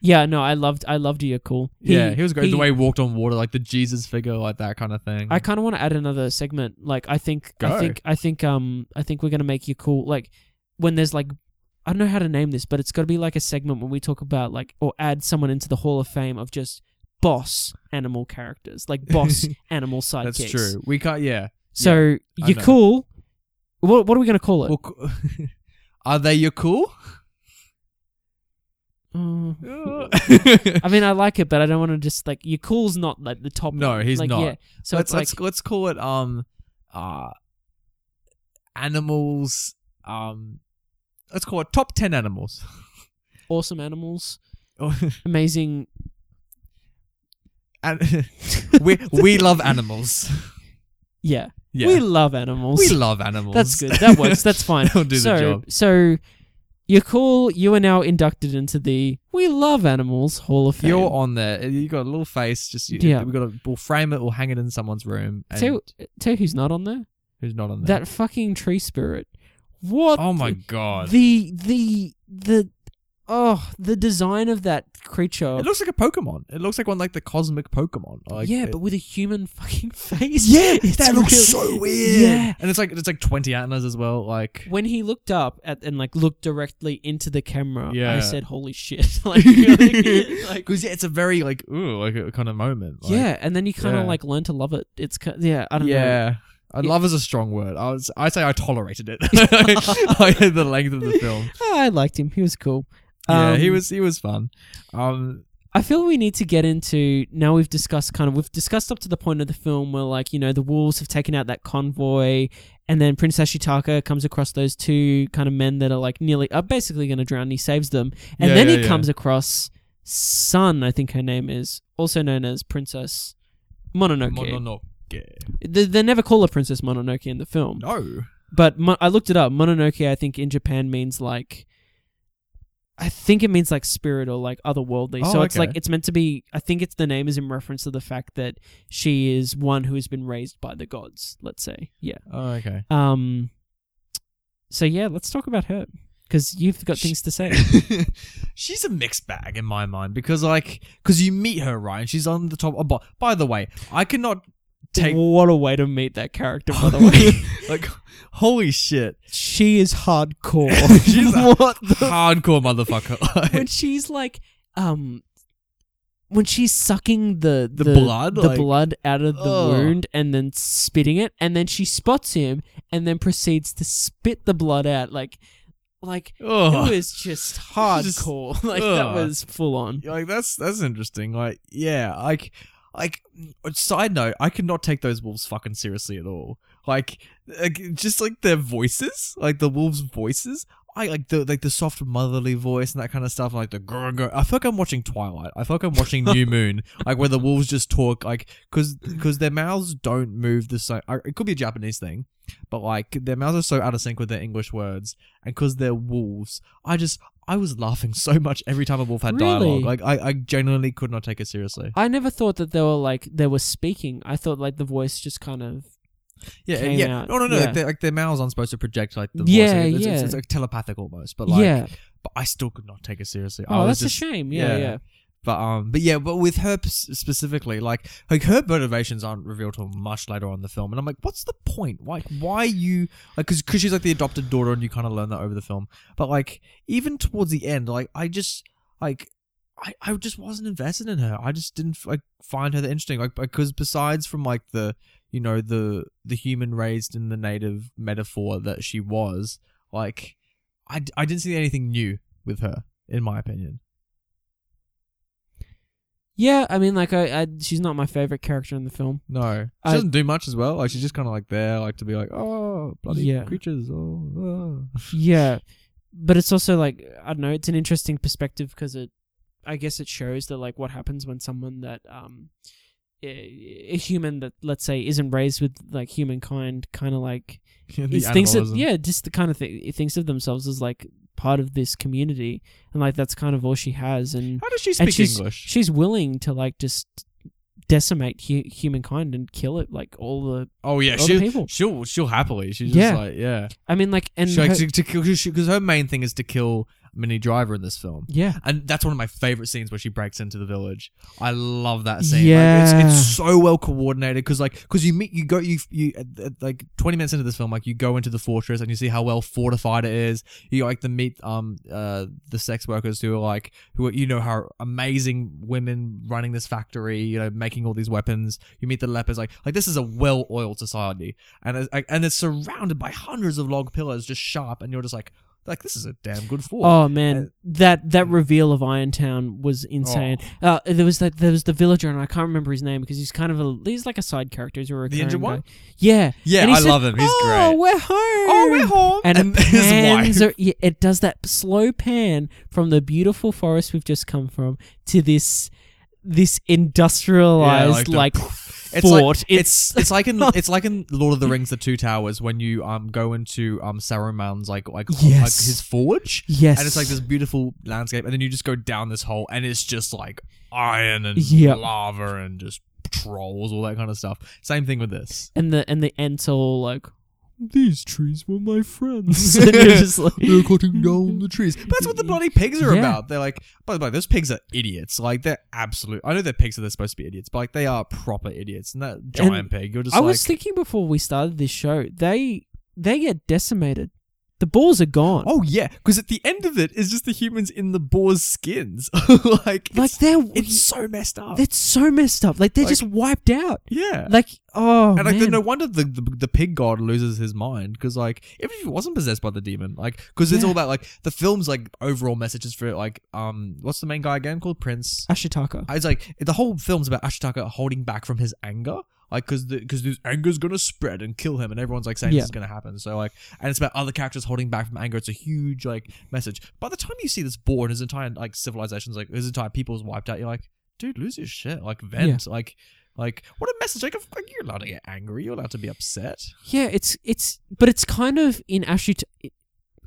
S1: yeah. No, I loved I loved you're cool.
S2: yeah, he was great. the way he walked on water, like the Jesus figure, like that kind of thing.
S1: I kind of want to add another segment. Like I think I
S2: Go.
S1: think I think um I think we're gonna make you cool. Like when there's like I don't know how to name this, but it's got to be like a segment when we talk about like or add someone into the Hall of Fame of just boss animal characters, like boss animal sidekicks.
S2: That's true. We can't. Yeah.
S1: So
S2: I
S1: you're
S2: know.
S1: cool. What what are we gonna call it?
S2: Well, co- are they your cool?
S1: Uh,
S2: no,
S1: I mean, I like it, but I don't want to just like your cool's not like the top.
S2: No, he's
S1: like,
S2: not.
S1: Yeah. So
S2: let's
S1: it's like
S2: let's let's call it um uh animals um let's call it top ten animals.
S1: awesome animals,
S2: Oh,
S1: amazing.
S2: and we we love animals.
S1: Yeah.
S2: Yeah.
S1: we love animals.
S2: We love animals.
S1: That's good. That works. That's fine.
S2: That'll do the
S1: so,
S2: job.
S1: so you're cool. You are now inducted into the We Love Animals Hall of Fame.
S2: You're on there. You got a little face. Just you,
S1: Yeah.
S2: We got. A, we'll frame it. We'll hang it in someone's room. And
S1: tell, tell who's not on there?
S2: who's not on there?
S1: That fucking tree spirit. What?
S2: oh my god!
S1: The the the oh the design of that creature.
S2: it looks like a Pokemon. It looks like one like the cosmic Pokemon. Like,
S1: yeah,
S2: it-
S1: but with a human fucking face.
S2: yeah,
S1: It's
S2: that looks
S1: really-
S2: so weird.
S1: Yeah.
S2: and it's like it's like twenty antlers as well. Like,
S1: When he looked up at and like looked directly into the camera, I
S2: Yeah.
S1: said, "Holy shit!" like, like, like
S2: because yeah, it's a very like ooh like a kind of moment. Like,
S1: yeah, and then you kind of
S2: yeah.
S1: like learn to love it. It's ki- yeah, I don't know.
S2: yeah. I
S1: Yeah.
S2: love is a strong word. I was, I say I tolerated it. like the length of the film.
S1: Ah, I liked him. He was cool.
S2: Yeah,
S1: Um,
S2: he was he was fun. Um,
S1: I feel we need to get into now. We've discussed kind of we've discussed up to the point of the film where like you know the wolves have taken out that convoy, and then Princess Shitaka comes across those two kind of men that are like nearly are basically going to drown. And he saves them, and
S2: Yeah,
S1: then
S2: yeah,
S1: he
S2: yeah.
S1: comes across Sun. I think her name is also known as Princess Mononoke.
S2: Mononoke.
S1: They, they never call her Princess Mononoke in the film.
S2: No.
S1: but mon- I looked it up. Mononoke, I think in Japan means like, I think it means like spirit or like otherworldly.
S2: Oh,
S1: so it's
S2: okay.
S1: like it's meant to be. I think it's the name is in reference to the fact that she is one who has been raised by the gods. Let's say, yeah.
S2: Oh, okay.
S1: Um. So yeah, let's talk about her because you've got
S2: She-
S1: things to say.
S2: she's a mixed bag in my mind because, like, because you meet her right, and she's on the top. Oh, but by the way, I cannot take.
S1: what a way to meet that character, by the way.
S2: like, holy shit,
S1: she is hardcore.
S2: She's a-
S1: what the
S2: hardcore motherfucker.
S1: when
S2: Like,
S1: she's like um when she's sucking the
S2: The blood,
S1: the
S2: like-
S1: blood out of the
S2: Ugh.
S1: wound and then spitting it and then she spots him and then proceeds to spit the blood out like like
S2: oh,
S1: it was just
S2: Just-
S1: hardcore like that
S2: ugh.
S1: was full on
S2: like that's that's interesting. Like, yeah, like, like. Side note, I cannot take those wolves fucking seriously at all. Like, like just like their voices, like the wolves' voices. I like the like the soft motherly voice and that kind of stuff, like the grr, grr. I feel like I'm watching Twilight. I feel like I'm watching New Moon, like where the wolves just talk, like because their mouths don't move the same. I- It could be a Japanese thing, but like their mouths are so out of sync with their English words, and because they're wolves, I just I was laughing so much every time a wolf had
S1: Really?
S2: dialogue. Like I, I genuinely could not take it seriously.
S1: i never thought that they were like they were speaking i thought like the voice just kind of
S2: Yeah,
S1: came
S2: yeah.
S1: out.
S2: No, no, no.
S1: Yeah.
S2: Like, their- like their mouths aren't supposed to project like the
S1: Yeah,
S2: voice. Like, It's, it's,
S1: yeah.
S2: it's like telepathic almost, but like
S1: yeah
S2: but I still could not take it seriously. I
S1: oh
S2: was
S1: that's
S2: just,
S1: a shame yeah yeah,
S2: But um, but yeah, but with her p- specifically, like like her motivations aren't revealed till much later on in the film, and I'm like, what's the point? Like, why you like? Because because she's like the adopted daughter, and you kind of learn that over the film. But like, even towards the end, like I just like I I just wasn't invested in her. I just didn't like find her that interesting. Like because besides from like the you know the the human raised in the native metaphor that she was, like I d- I didn't see anything new with her, in my opinion.
S1: Yeah, I mean, like, I, I she's not my favorite character in the film.
S2: No, she
S1: I-
S2: doesn't do much as well. Like she's just kind of like there, like to be like, oh, bloody
S1: Yeah.
S2: creatures. Oh, ah."
S1: Yeah, but it's also like I don't know. It's an interesting perspective because it, I guess, it shows that like what happens when someone that um, a, a human that let's say isn't raised with like humankind, kind of like
S2: And
S1: is,
S2: the
S1: thinks of
S2: animalism.
S1: yeah, just the kind of thing it thinks of themselves as like part of this community, and like that's kind of all she has, and
S2: How does she
S1: and
S2: speak
S1: she's
S2: English?
S1: she's willing to like just decimate hu- humankind and kill it like all the
S2: Oh yeah,
S1: other
S2: she
S1: people.
S2: she'll she'll happily. She's
S1: Yeah.
S2: just like yeah,
S1: I mean, like and
S2: she like
S1: her-
S2: to, to kill because her main thing is to kill Minnie Driver in this film.
S1: yeah,
S2: And that's one of my favorite scenes where she breaks into the village. I love that scene. Like,
S1: Yeah.
S2: it's, it's so well coordinated because like because you meet you go you you at- at, like twenty minutes into this film like you go into the fortress and you see how well fortified it is. You like the meet um uh the sex workers who are like who are, you know how amazing women running this factory you know making all these weapons. You meet the lepers like like this is a well oiled society and it's, like, and it's surrounded by hundreds of log pillars just sharp and you're just like like this is a damn good fort.
S1: Oh man, that
S2: Mm.
S1: that reveal of Irontown was insane.
S2: Oh.
S1: Uh, there was that there was the villager, and I can't remember his name because he's kind of a he's like a side character. He's a recurring
S2: injured
S1: guy.
S2: one?
S1: Yeah,
S2: Yeah,
S1: And he
S2: I
S1: said,
S2: love him. He's
S1: oh,
S2: great. Oh,
S1: we're home.
S2: home.
S1: And, it
S2: his wife.
S1: pans ar- yeah, it does that slow pan from the beautiful forest we've just come from to this this industrialized
S2: Yeah, like
S1: like,
S2: the- It's
S1: fort.
S2: like it's it's like in it's like in Lord of the Rings: The Two Towers when you um go into um Saruman's like like, like
S1: Yes.
S2: his forge,
S1: yes,
S2: and it's like this beautiful landscape, and then you just go down this hole, and it's just like iron and
S1: Yep.
S2: lava and just trolls, all that kind of stuff. Same thing with this.
S1: and the and the ants are all like these trees were my friends. and you're just like,
S2: They're cutting down the trees. But that's what the bloody pigs are
S1: Yeah.
S2: about. They're like, by the way, those pigs are idiots. Like they're absolute. I know they're pigs, so they're supposed to be idiots, but like they are proper idiots. And that giant pig, you're just
S1: I
S2: like,
S1: was thinking before we started this show, they they get decimated. The balls are gone.
S2: Oh yeah, because at the end of it is just the humans in the boar's skins. like,
S1: like
S2: it's,
S1: they're
S2: it's so messed up.
S1: that's so messed up. Like they're
S2: Like-
S1: just wiped out.
S2: Yeah.
S1: Like oh
S2: and like,
S1: man.
S2: no wonder the, the the pig god loses his mind because like, even if he wasn't possessed by the demon, like, because it's
S1: Yeah.
S2: all about like the film's like overall messages for like, um, what's the main guy again called Prince?
S1: Ashitaka.
S2: I was like, the whole film's about Ashitaka holding back from his anger. Like, because because this anger's gonna spread and kill him, and everyone's like saying
S1: Yeah.
S2: this is gonna happen. So like, and it's about other characters holding back from anger. It's a huge like message. By the time you see this board, his entire like civilization's like his entire people's wiped out. You're like, dude, lose your shit. Like vent. Like like what a message. Like, of- like, you're allowed to get angry. You're allowed to be upset.
S1: Yeah, it's it's but it's kind of in Ashit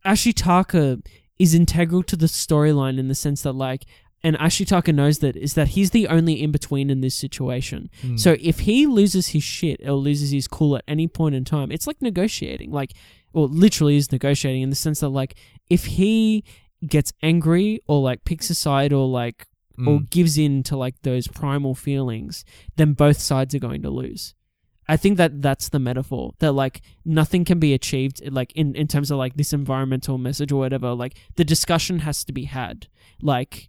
S1: Ashitaka is integral to the storyline in the sense that like and Ashitaka knows that is that he's the only in between in this situation.
S2: Hmm.
S1: So if he loses his shit or loses his cool at any point in time, it's like negotiating. Like, well, literally is negotiating in the sense that like if he gets angry or like picks a side or like or
S2: Mm.
S1: gives in to like those primal feelings, then both sides are going to lose. I think that that's the metaphor that like nothing can be achieved like in in terms of like this environmental message or whatever. Like the discussion has to be had. Like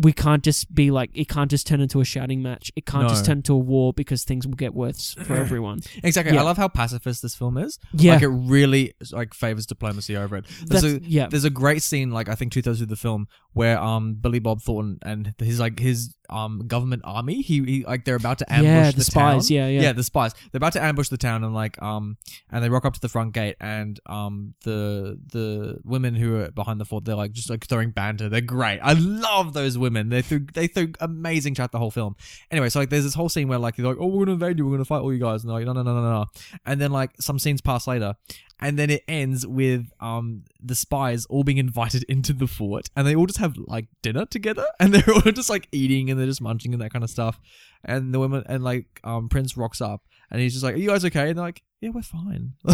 S1: we can't just be like it can't just turn into a shouting match. It can't just
S2: No.
S1: turn into a war because things will get worse for everyone.
S2: Exactly.
S1: yeah.
S2: I love how pacifist this film is.
S1: Yeah,
S2: Like it really like favors diplomacy over it. There's
S1: that's,
S2: a-
S1: yeah,
S2: there's a great scene like I think two thirds of the film where um Billy Bob Thornton and his like his um government army he, he like they're about to ambush
S1: yeah. The,
S2: the,
S1: spies.
S2: town.
S1: Yeah, yeah,
S2: Yeah. the spies. They're about to ambush the town and like um and they rock up to the front gate and um the the women who are behind the fort they're like just like throwing banter. They're great. I love those women. They threw they threw amazing chat the whole film. Anyway, so like there's this whole scene where like they're like oh we're gonna invade you we're gonna fight all you guys and they're like no no no no no and then like some scenes pass later and then it ends with um the spies all being invited into the fort and they all just have like dinner together and they're all just like eating and they're just munching and that kind of stuff and the women and like um prince rocks up and he's just like are you guys okay and they're like yeah we're fine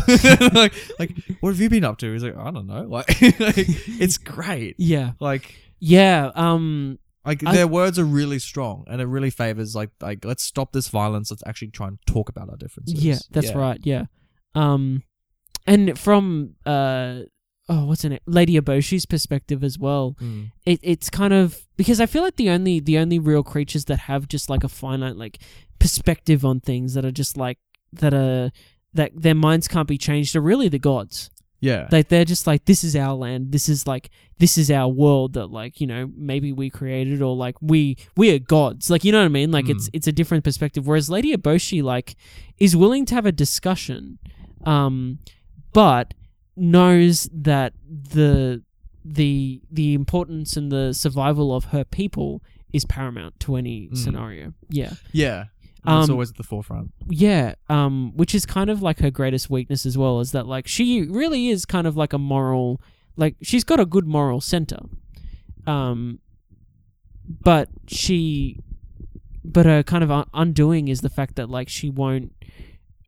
S2: like like what have you been up to he's like i don't know like, like it's great
S1: yeah,
S2: like
S1: yeah. Um,
S2: Like
S1: I-
S2: their words are really strong, and it really favors like like let's stop this violence. Let's actually try and talk about our differences.
S1: Yeah, that's right. Yeah. Um, and from uh, oh, what's in it? Lady Eboshi's perspective as well.
S2: Mm.
S1: It it's kind of because I feel like the only the only real creatures that have just like a finite like perspective on things that are just like that are that their minds can't be changed are really the gods.
S2: Yeah.
S1: Like they're just like this is our land. This is like this is our world that like you know maybe we created or like we we are gods. Like you know what I mean. Like it's
S2: Mm.
S1: it's a different perspective. Whereas Lady Eboshi like is willing to have a discussion, um, but knows that the the the importance and the survival of her people is paramount to any
S2: Mm.
S1: scenario. Yeah.
S2: yeah. And it's
S1: Um,
S2: always at the forefront.
S1: Yeah, um, which is kind of like her greatest weakness as well, is that like she really is kind of like a moral, like she's got a good moral center, um, but she, but her kind of un- undoing is the fact that like she won't,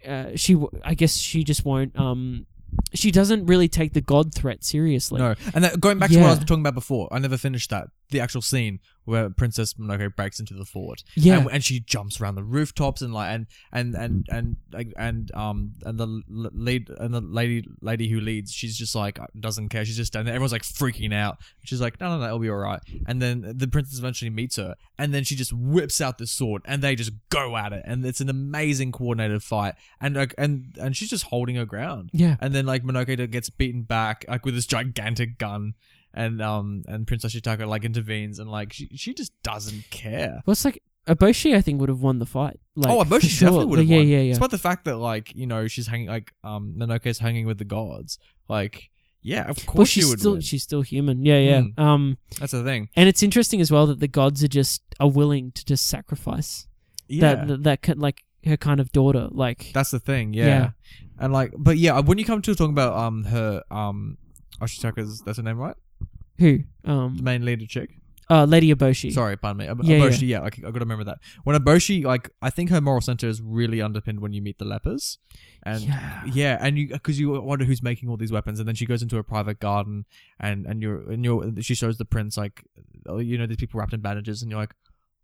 S1: uh, she w- I guess she just won't, um, she doesn't really take the god threat seriously.
S2: no, and that, going back to what I was
S1: Yeah.
S2: talking about before, I never finished that. The actual scene where Princess Mononoke breaks into the fort,
S1: Yeah,
S2: and, and she jumps around the rooftops and like and and and and like and um and the l- lead and the lady lady who leads, she's just like doesn't care. She's just standing there. Everyone's like freaking out. She's like, no, no, no, it'll be all right. And then the princess eventually meets her, and then she just whips out this sword, and they just go at it, and it's an amazing coordinated fight, and like and and she's just holding her ground
S1: yeah,
S2: and then like Monoke gets beaten back like with this gigantic gun and um and Princess Shitaka like intervenes and like she, she just doesn't care.
S1: well, it's like Eboshi I think would have won the fight. Like,
S2: oh,
S1: for
S2: Eboshi
S1: sure.
S2: definitely would have
S1: yeah,
S2: won.
S1: Yeah, yeah,
S2: Despite the fact that like you know she's hanging like um Monoke's hanging with the gods. Like yeah, of course
S1: Well,
S2: she
S1: she's
S2: would.
S1: still
S2: win.
S1: she's still human. Yeah, yeah.
S2: Mm.
S1: Um.
S2: That's the thing.
S1: And it's interesting as well that the gods are just are willing to just sacrifice
S2: Yeah.
S1: that that, that ki- like her kind of daughter, like
S2: That's the thing, yeah.
S1: Yeah.
S2: And like, but yeah, when you come to talking about um her um Ashitaka's that's her name, right?
S1: who
S2: The
S1: um
S2: main leader chick.
S1: uh Lady Eboshi.
S2: Sorry, pardon me. Ab-
S1: Yeah,
S2: Eboshi, yeah, I, I gotta remember that. When Eboshi, like, I think her moral center is really underpinned when you meet the lepers, and yeah,
S1: yeah,
S2: and you because you wonder who's making all these weapons, and then she goes into a private garden, and and you're and you're she shows the prince like, oh, you know, these people wrapped in bandages, and you're like,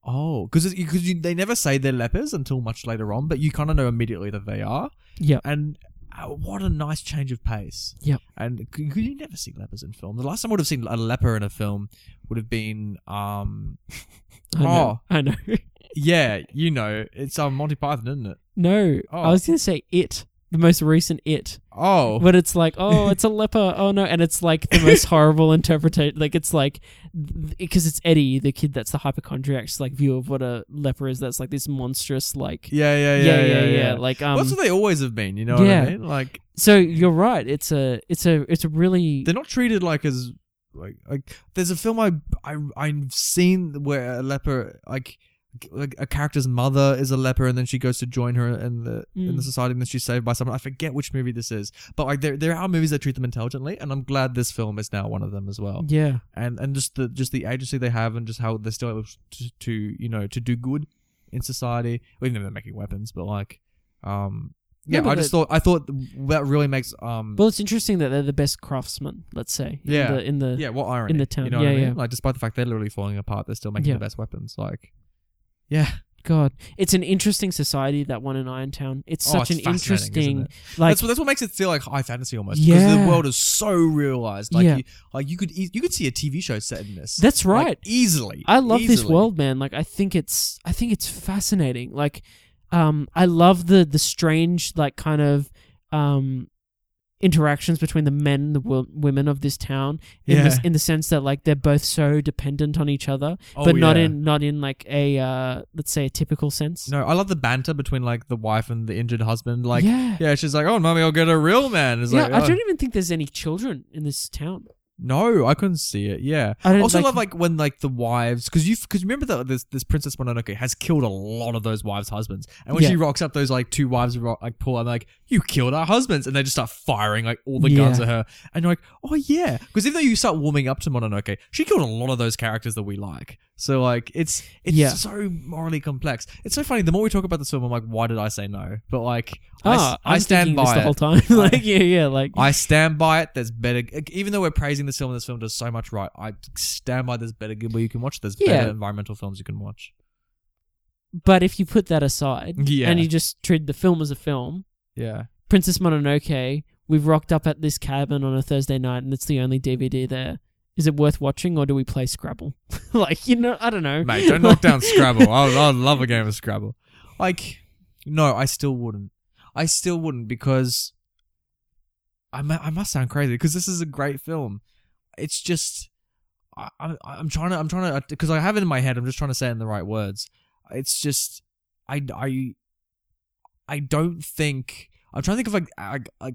S2: oh, because because you, they never say they're lepers until much later on, but you kind of know immediately that they are,
S1: yeah,
S2: and. uh, What a nice change of pace.
S1: Yep.
S2: And c- c- you never see lepers in film. The last time I would have seen a leper in a film would have been um
S1: I know,
S2: Oh.
S1: I know.
S2: yeah, you know, it's um Monty Python, isn't it?
S1: no, I
S2: Oh.
S1: was gonna say it, the most recent it,
S2: Oh,
S1: but it's like oh, it's a leper. Oh no, and it's like the most horrible interpretation. Like it's like because it's Eddie, the kid that's the hypochondriac's like view of what a leper is. That's like this monstrous like
S2: yeah, yeah, yeah,
S1: yeah, yeah, yeah. Like um,
S2: Well, that's what they always have been. You know
S1: yeah.
S2: what I mean? Like
S1: So you're right. It's a it's a it's a really
S2: they're not treated like as like like. There's a film I I I've seen where a leper like. Like a character's mother is a leper, and then she goes to join her in the in
S1: Mm.
S2: the society, and then she's saved by someone. I forget which movie this is, but like there there are movies that treat them intelligently, and I'm glad this film is now one of them as well.
S1: yeah
S2: And and just the just the agency they have, and just how they're still able to, to you know to do good in society. Well, even though they're making weapons, but like, um, yeah,
S1: No, but
S2: I just thought I thought that really makes um,
S1: Well, it's interesting that they're the best craftsmen. Let's say in
S2: Yeah.
S1: the, in the
S2: yeah, what irony
S1: in the town.
S2: You know
S1: Yeah,
S2: what I mean?
S1: yeah.
S2: Like, despite the fact they're literally falling apart, they're still making
S1: Yeah.
S2: the best weapons. Like, yeah,
S1: God, it's an interesting society that one in Irontown. It's
S2: Oh,
S1: such
S2: it's
S1: an
S2: fascinating, isn't
S1: interesting
S2: it?
S1: like
S2: that's what that's what makes it feel like high fantasy almost. Because
S1: Yeah.
S2: the world is so realized. Like,
S1: Yeah.
S2: you, like you could e- you could see a TV show set in this.
S1: that's
S2: Like,
S1: right.
S2: easily.
S1: I love this
S2: Easily.
S1: world, man. Like I think it's I think it's fascinating. Like um I love the the strange like kind of um interactions between the men and the wo- women of this town in
S2: Yeah.
S1: this, in the sense that like they're both so dependent on each other
S2: Oh,
S1: but not
S2: yeah.
S1: in not in like a uh let's say a typical sense
S2: No, I love the banter between like the wife and the injured husband. Like, yeah,
S1: yeah
S2: she's like, "Oh, mommy, I'll get a real man." It's
S1: yeah,
S2: like,
S1: I
S2: "Oh,
S1: don't even think there's any children in this town.
S2: no, I couldn't see it. Yeah,
S1: I don't
S2: also
S1: like,
S2: love like when like the wives because you because remember that this this princess Mononoke has killed a lot of those wives' husbands, and when
S1: Yeah.
S2: she rocks up, those like two wives ro- like pull and like you killed our husbands, and they just start firing like all the guns
S1: Yeah.
S2: at her, and you're like, oh yeah, because even though you start warming up to Mononoke, she killed a lot of those characters that we like, So like it's it's
S1: Yeah.
S2: so morally complex. It's so funny. The more we talk about this film, I'm like, why did I say no? But like, I s-
S1: Ah,
S2: I,
S1: I'm
S2: stand
S1: thinking this
S2: by
S1: the
S2: it.
S1: whole time. like yeah, yeah, like
S2: I stand by it. There's better, even though we're praising this film, this film does so much right. I stand by there's better Ghibli you can watch. There's
S1: Yeah.
S2: better environmental films you can watch.
S1: but if you put that aside
S2: Yeah.
S1: and you just treat the film as a film,
S2: Yeah,
S1: Princess Mononoke, we've rocked up at this cabin on a Thursday night and it's the only DVD there. Is it worth watching or do we play Scrabble? like, you know, I don't know.
S2: mate, don't knock down Scrabble. I would, I would love a game of Scrabble. Like, no, I still wouldn't. I still wouldn't because I mu- I must sound crazy because this is a great film. It's just I, I I'm trying to I'm trying to because I have it in my head. I'm just trying to say it in the right words. It's just I I I don't think I'm trying to think of like like, like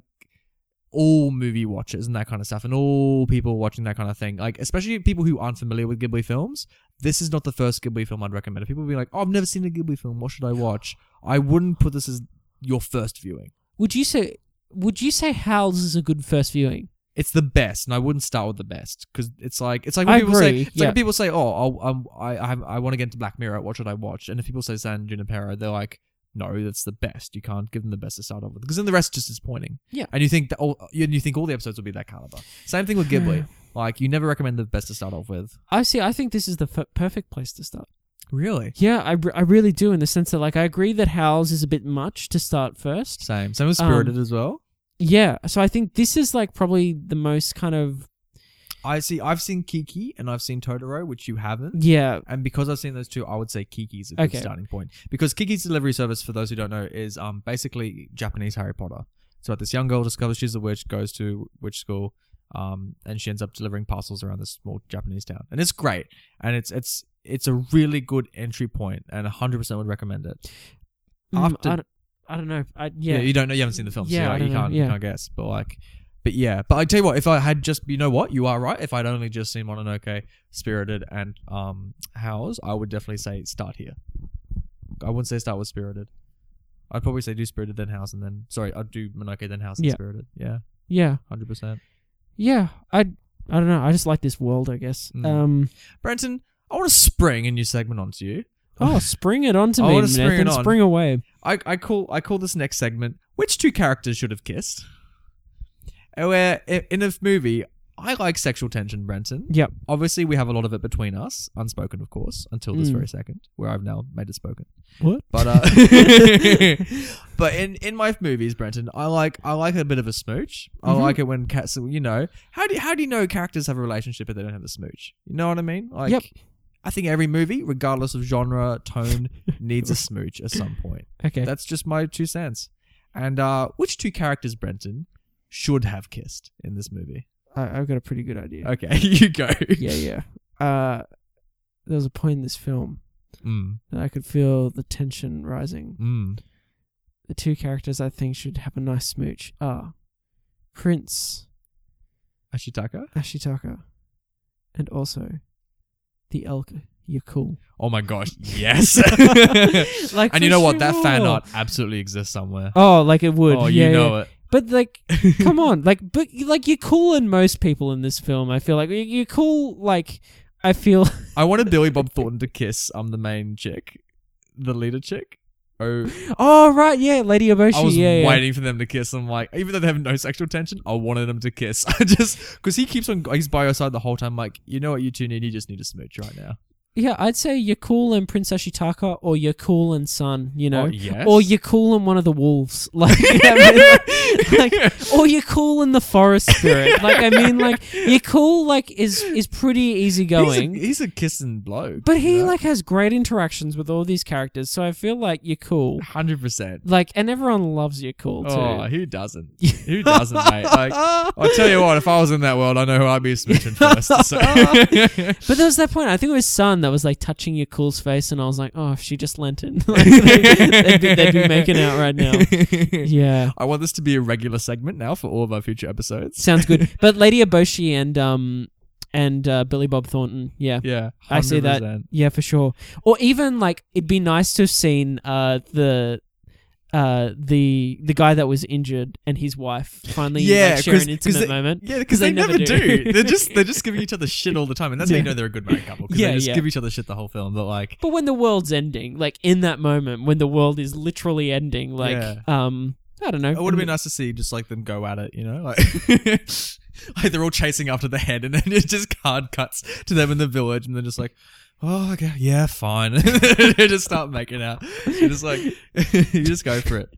S2: all movie watchers and that kind of stuff, and all people watching that kind of thing. Like especially people who aren't familiar with Ghibli films. This is not the first Ghibli film I'd recommend. If people be like, "Oh, I've never seen a Ghibli film. What should I watch?" I wouldn't put this as your first viewing.
S1: Would you say would you say Howls is a good first viewing?
S2: It's the best, and I wouldn't start with the best because it's like it's like
S1: I
S2: when people
S1: agree,
S2: say it's
S1: yeah.
S2: like when people say, "Oh, I'll, um, I I, have- I want to get into Black Mirror. What should I watch?" And if people say San Junipero, they're like, "No, that's the best. You can't give them the best to start off with because then the rest is just disappointing."
S1: Yeah.
S2: and you think that all you, you think all the episodes will be that caliber. Same thing with Ghibli. like you never recommend the best to start off with.
S1: I see. I think this is the f- perfect place to start.
S2: Really.
S1: Yeah, I, re- I really do in the sense that like I agree that Howls is a bit much to start first.
S2: Same. Same with
S1: Um,
S2: Spirited as well.
S1: Yeah, so I think this is like probably the most kind of
S2: I see. I've seen Kiki and I've seen Totoro, which you haven't.
S1: yeah
S2: And because I've seen those two, I would say Kiki's a good
S1: Okay.
S2: starting point. Because Kiki's delivery service, for those who don't know, is um basically Japanese Harry Potter. It's about this young girl discovers she's a witch, goes to witch school, um, and she ends up delivering parcels around this small Japanese town. And it's great. And it's it's it's a really good entry point and hundred percent would recommend it.
S1: mm,
S2: After-
S1: I, don't, I don't know I,
S2: Yeah.
S1: yeah
S2: you don't know you haven't seen the film,
S1: Yeah,
S2: so
S1: I
S2: you,
S1: don't
S2: you
S1: know,
S2: can't
S1: yeah.
S2: you can't guess. But like but yeah, but I tell you what, if I had just you know what, you are right. If I'd only just seen Mononoke, Spirited, and um Howls, I would definitely say start here. I wouldn't say start with Spirited. I'd probably say do Spirited then House and then sorry, I'd do Mononoke then House and
S1: Yeah.
S2: Spirited. Yeah,
S1: yeah
S2: hundred percent.
S1: yeah I I don't know I just like this world I guess
S2: Mm.
S1: um
S2: Brenton, I want to spring a new segment onto you.
S1: oh spring it on to
S2: I
S1: me
S2: wanna spring it
S1: Nathan
S2: on.
S1: spring away
S2: I, I call I call this next segment which two characters should have kissed. Uh, Where i- in a movie, I like sexual tension, Brenton.
S1: Yep.
S2: Obviously, we have a lot of it between us, unspoken, of course, until this
S1: Mm.
S2: very second, where I've now made it spoken.
S1: what
S2: But uh, but in in my movies, Brenton, I like I like a bit of a smooch. I
S1: Mhm.
S2: like it when cats, you know, how do how do you know characters have a relationship if they don't have a smooch? You know what I mean? Like,
S1: Yep.
S2: I think every movie, regardless of genre, tone, needs a smooch at some point.
S1: okay
S2: That's just my two cents. And uh, which two characters, Brenton, should have kissed in this movie?
S1: I, I've got a pretty good idea
S2: Okay, you go.
S1: yeah yeah uh there was a point in this film
S2: Mm,
S1: that I could feel the tension rising
S2: mm.
S1: the two characters I think should have a nice smooch are Prince
S2: Ashitaka?
S1: Ashitaka, and also the elk Yakul.
S2: Oh my gosh, yes.
S1: Like,
S2: and you
S1: for
S2: know what? That fan
S1: sure.
S2: art absolutely exists somewhere.
S1: Oh, like it would.
S2: oh,
S1: yeah,
S2: you
S1: yeah.
S2: know
S1: But like,
S2: it.
S1: come on, like, but like you're cooler than most people in this film. I feel like You- you're cool. Like, I feel
S2: I wanted Billy Bob Thornton to kiss um the main chick, the leader chick. Oh,
S1: oh right, yeah, Lady Oboshi.
S2: I was
S1: yeah, yeah.
S2: waiting for them to kiss. I'm like, even though they have no sexual tension, I wanted them to kiss. I just because he keeps on, he's by your side the whole time. Like, you know what, you two need, you just need a smooch right now.
S1: yeah, I'd say Yakul and Prince Ashitaka, or Yakul and Sun. You know,
S2: Oh, yes.
S1: or Yakul and one of the wolves. Like, I mean, like- like or you're cool in the forest spirit. like I mean, like you're cool. Like is is pretty easygoing,
S2: He's a, he's a kissing bloke.
S1: but he like has great interactions with all these characters. So I feel like you're cool.
S2: hundred percent.
S1: Like and everyone loves you're cool too.
S2: Oh, who doesn't? Who doesn't, mate? Like, I tell you what, if I was in that world, I know who I'd be smooching first. So.
S1: but there was that point. I think it was Sun that was like touching your cool's face, and I was like, "Oh, if she just lent in, like, they'd, they'd be, they'd be making out right now." Yeah,
S2: I want this to be a regular segment now for all of our future episodes.
S1: sounds good. But Lady Eboshi and um and uh, Billy Bob Thornton, yeah,
S2: Yeah,
S1: I see that.
S2: 100%.
S1: Yeah, for sure. Or even like it'd be nice to have seen uh the uh uh, the the guy that was injured and his wife finally
S2: Yeah,
S1: like, share
S2: 'cause-
S1: an
S2: 'cause
S1: intimate
S2: they-
S1: moment.
S2: Yeah, because they, never, do. they're just they're just giving each other shit all the time, and that's how
S1: Yeah.
S2: you know they're a good married couple. 'cause
S1: Yeah,
S2: they just
S1: yeah.
S2: give each other shit the whole film. But like,
S1: But when the world's ending, like in that moment when the world is literally ending, like
S2: Yeah.
S1: um, I don't know.
S2: it would have been nice to see just like them go at it. You know, like like they're all chasing after the head, and then it just card cuts to them in the village, and they're just like. Oh, okay. Yeah, fine. they just start making out. You're just like, you just go for it.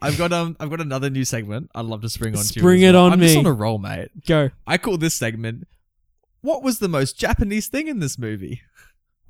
S2: I've got um, I've got another new segment. I'd love to spring on. to you
S1: Spring it
S2: as well.
S1: on
S2: I'm just
S1: me.
S2: on a roll, mate.
S1: go.
S2: I call this segment "What was the most Japanese thing in this movie?"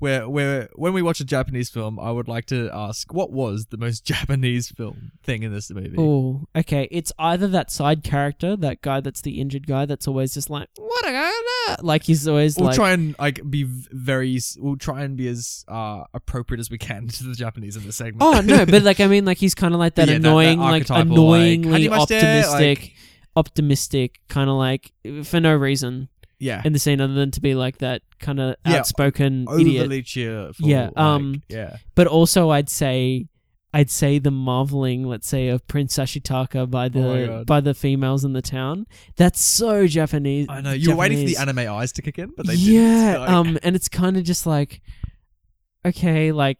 S2: Where, where, when we watch a Japanese film, I would like to ask, what was the most Japanese film thing in this movie?
S1: Oh, okay. It's either that side character, that guy that's the injured guy that's always just like, what a guy, like he's always
S2: We'll
S1: like,
S2: try and like be v- very. s- We'll try and be as uh, appropriate as we can to the Japanese in this segment.
S1: oh no, but like I mean, like he's kind of like that
S2: Yeah, that- that
S1: annoying, like
S2: archetypal,
S1: annoyingly
S2: like, "Hajimashite,"
S1: optimistic,
S2: like-
S1: optimistic, kind of like for no reason
S2: yeah,
S1: in the scene other than to be like that kind of
S2: Yeah,
S1: outspoken idiot.
S2: overly cheerful.
S1: Yeah,
S2: like,
S1: um,
S2: yeah,
S1: But also, I'd say. I'd say the marveling, let's say, of Prince Ashitaka by
S2: Oh my
S1: the
S2: God.
S1: by the females in the town. That's so Japanese.
S2: I know. You were waiting for the
S1: Japanese.
S2: anime eyes to kick in, but they
S1: yeah,
S2: didn't. Like,
S1: um, and it's kind of just like, okay, like,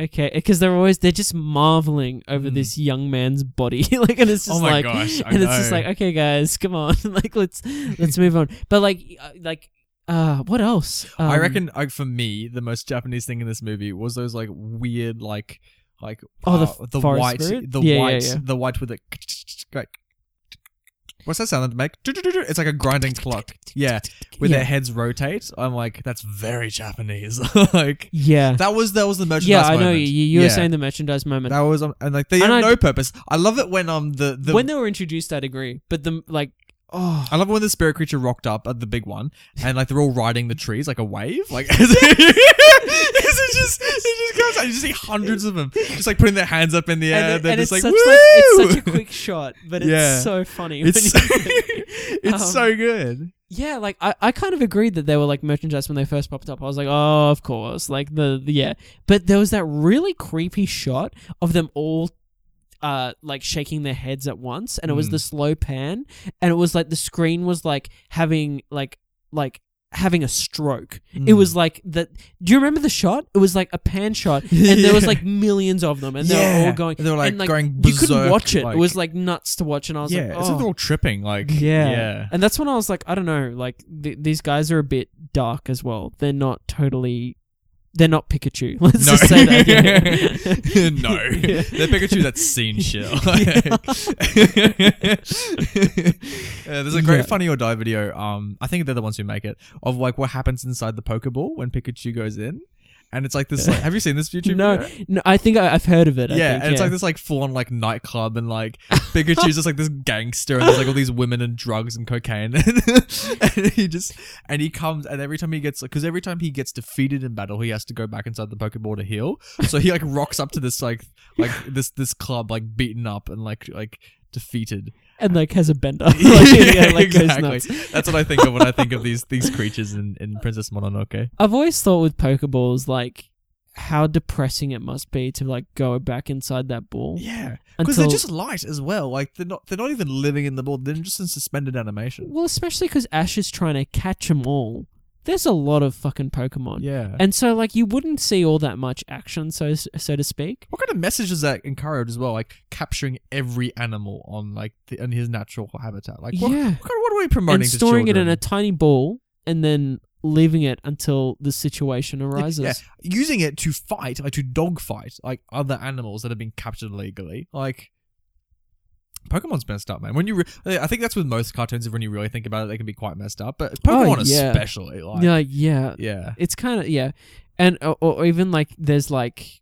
S1: okay, because they're always they're just marveling over
S2: Mm.
S1: this young man's body, like, and it's
S2: Oh
S1: just
S2: my
S1: like,
S2: gosh, I
S1: and it's just
S2: know.
S1: like, okay, guys, come on, like, let's let's move on. But like, uh, like, uh, what else?
S2: I
S1: Um,
S2: reckon, like for me, the most Japanese thing in this movie was those like weird, like, like
S1: Oh, the
S2: uh,
S1: f-
S2: the
S1: forest
S2: white,
S1: spirit?
S2: the
S1: Yeah, yeah,
S2: white,
S1: yeah.
S2: the white with the like. What's that sound that they make? It's like a grinding clock. Yeah, where
S1: yeah.
S2: their heads rotate. I'm like, that's very Japanese. like
S1: yeah,
S2: that was that was the merchandise.
S1: yeah, I know
S2: moment.
S1: you. You were
S2: Yeah.
S1: saying the merchandise moment.
S2: that was um, and like they
S1: And
S2: had
S1: I-
S2: no purpose. I love it when um the the
S1: when they were introduced, I'd agree, but the like, oh,
S2: I love when the spirit creature rocked up at the big one, and like they're all riding the trees like a wave. Like it just it just comes out. You just see hundreds of them, just like putting their hands up in the air.
S1: and, it-
S2: they're
S1: and
S2: just
S1: it's
S2: like,
S1: such like it's
S2: "Woo!"
S1: such a quick shot, but it's
S2: Yeah.
S1: so funny. when
S2: It's
S1: you
S2: so,
S1: think about it.
S2: it's
S1: Um,
S2: so good.
S1: Yeah, like I, I kind of agreed that they were like merchandise when they first popped up. I was like, oh, of course, like the, the yeah. But there was that really creepy shot of them all, uh, like shaking their heads at once, and it was
S2: Mm.
S1: the slow pan, and it was like the screen was like having like like having a stroke. It
S2: Mm.
S1: was like that. Do you remember the shot? It was like a pan shot, and there was
S2: Yeah.
S1: like millions of them, and they were all going.
S2: They were like,
S1: and, like,
S2: going.
S1: You couldn't
S2: berserk,
S1: watch it. It was like nuts to watch, and I was
S2: yeah,
S1: like,
S2: it's
S1: oh.
S2: like they're all tripping. Like
S1: Yeah.
S2: yeah.
S1: And that's when I was like, I don't know, like th- these guys are a bit dark as well. They're not totally, they're not Pikachu. Let's
S2: No.
S1: just say that. Yeah.
S2: no.
S1: Yeah.
S2: They're Pikachu that's seen shit.
S1: Yeah.
S2: Uh, there's a great
S1: Yeah.
S2: funny or die video. Um, I think they're the ones who make it of like what happens inside the Pokeball when Pikachu goes in, and it's like this. Like, have you seen this YouTube?
S1: no,
S2: video?
S1: no, I think I, I've heard of it. I
S2: yeah,
S1: think,
S2: and it's
S1: yeah.
S2: like this like full on like nightclub and like Pikachu's just like this gangster and there's like all these women and drugs and cocaine and he just and he comes and every time he gets because every time he gets defeated in battle he has to go back inside the Pokeball to heal so he like rocks up to this like like this this club like beaten up and like like defeated
S1: and like has a bender. like, yeah, like goes nuts.
S2: that's what I think of when I think of these these creatures in in Princess Mononoke
S1: I've always thought with Pokeballs, like how depressing it must be to like go back inside that ball.
S2: yeah because they're
S1: Until-
S2: just light as well like they're not they're not even living in the ball they're just in suspended animation
S1: Well, especially because Ash is trying to catch them all. There's a lot of fucking Pokemon.
S2: yeah
S1: And so, like, you wouldn't see all that much action, so so to speak.
S2: What kind of message does that encourage as well? Like capturing every animal on like the, in his natural habitat. Like what,
S1: Yeah.
S2: what, kind of, what are we promoting?
S1: and storing
S2: to
S1: it in a
S2: children?
S1: tiny ball and then leaving it until the situation arises.
S2: yeah, using it to fight, like to dogfight, like other animals that have been captured illegally. Like Pokemon's messed up, man. When you, re- I think that's with most cartoons. If when you really think about it, they can be quite messed up. But Pokemon
S1: Oh, yeah.
S2: especially, like
S1: Yeah, yeah.
S2: yeah.
S1: It's kind of yeah, and or, or even like there's like.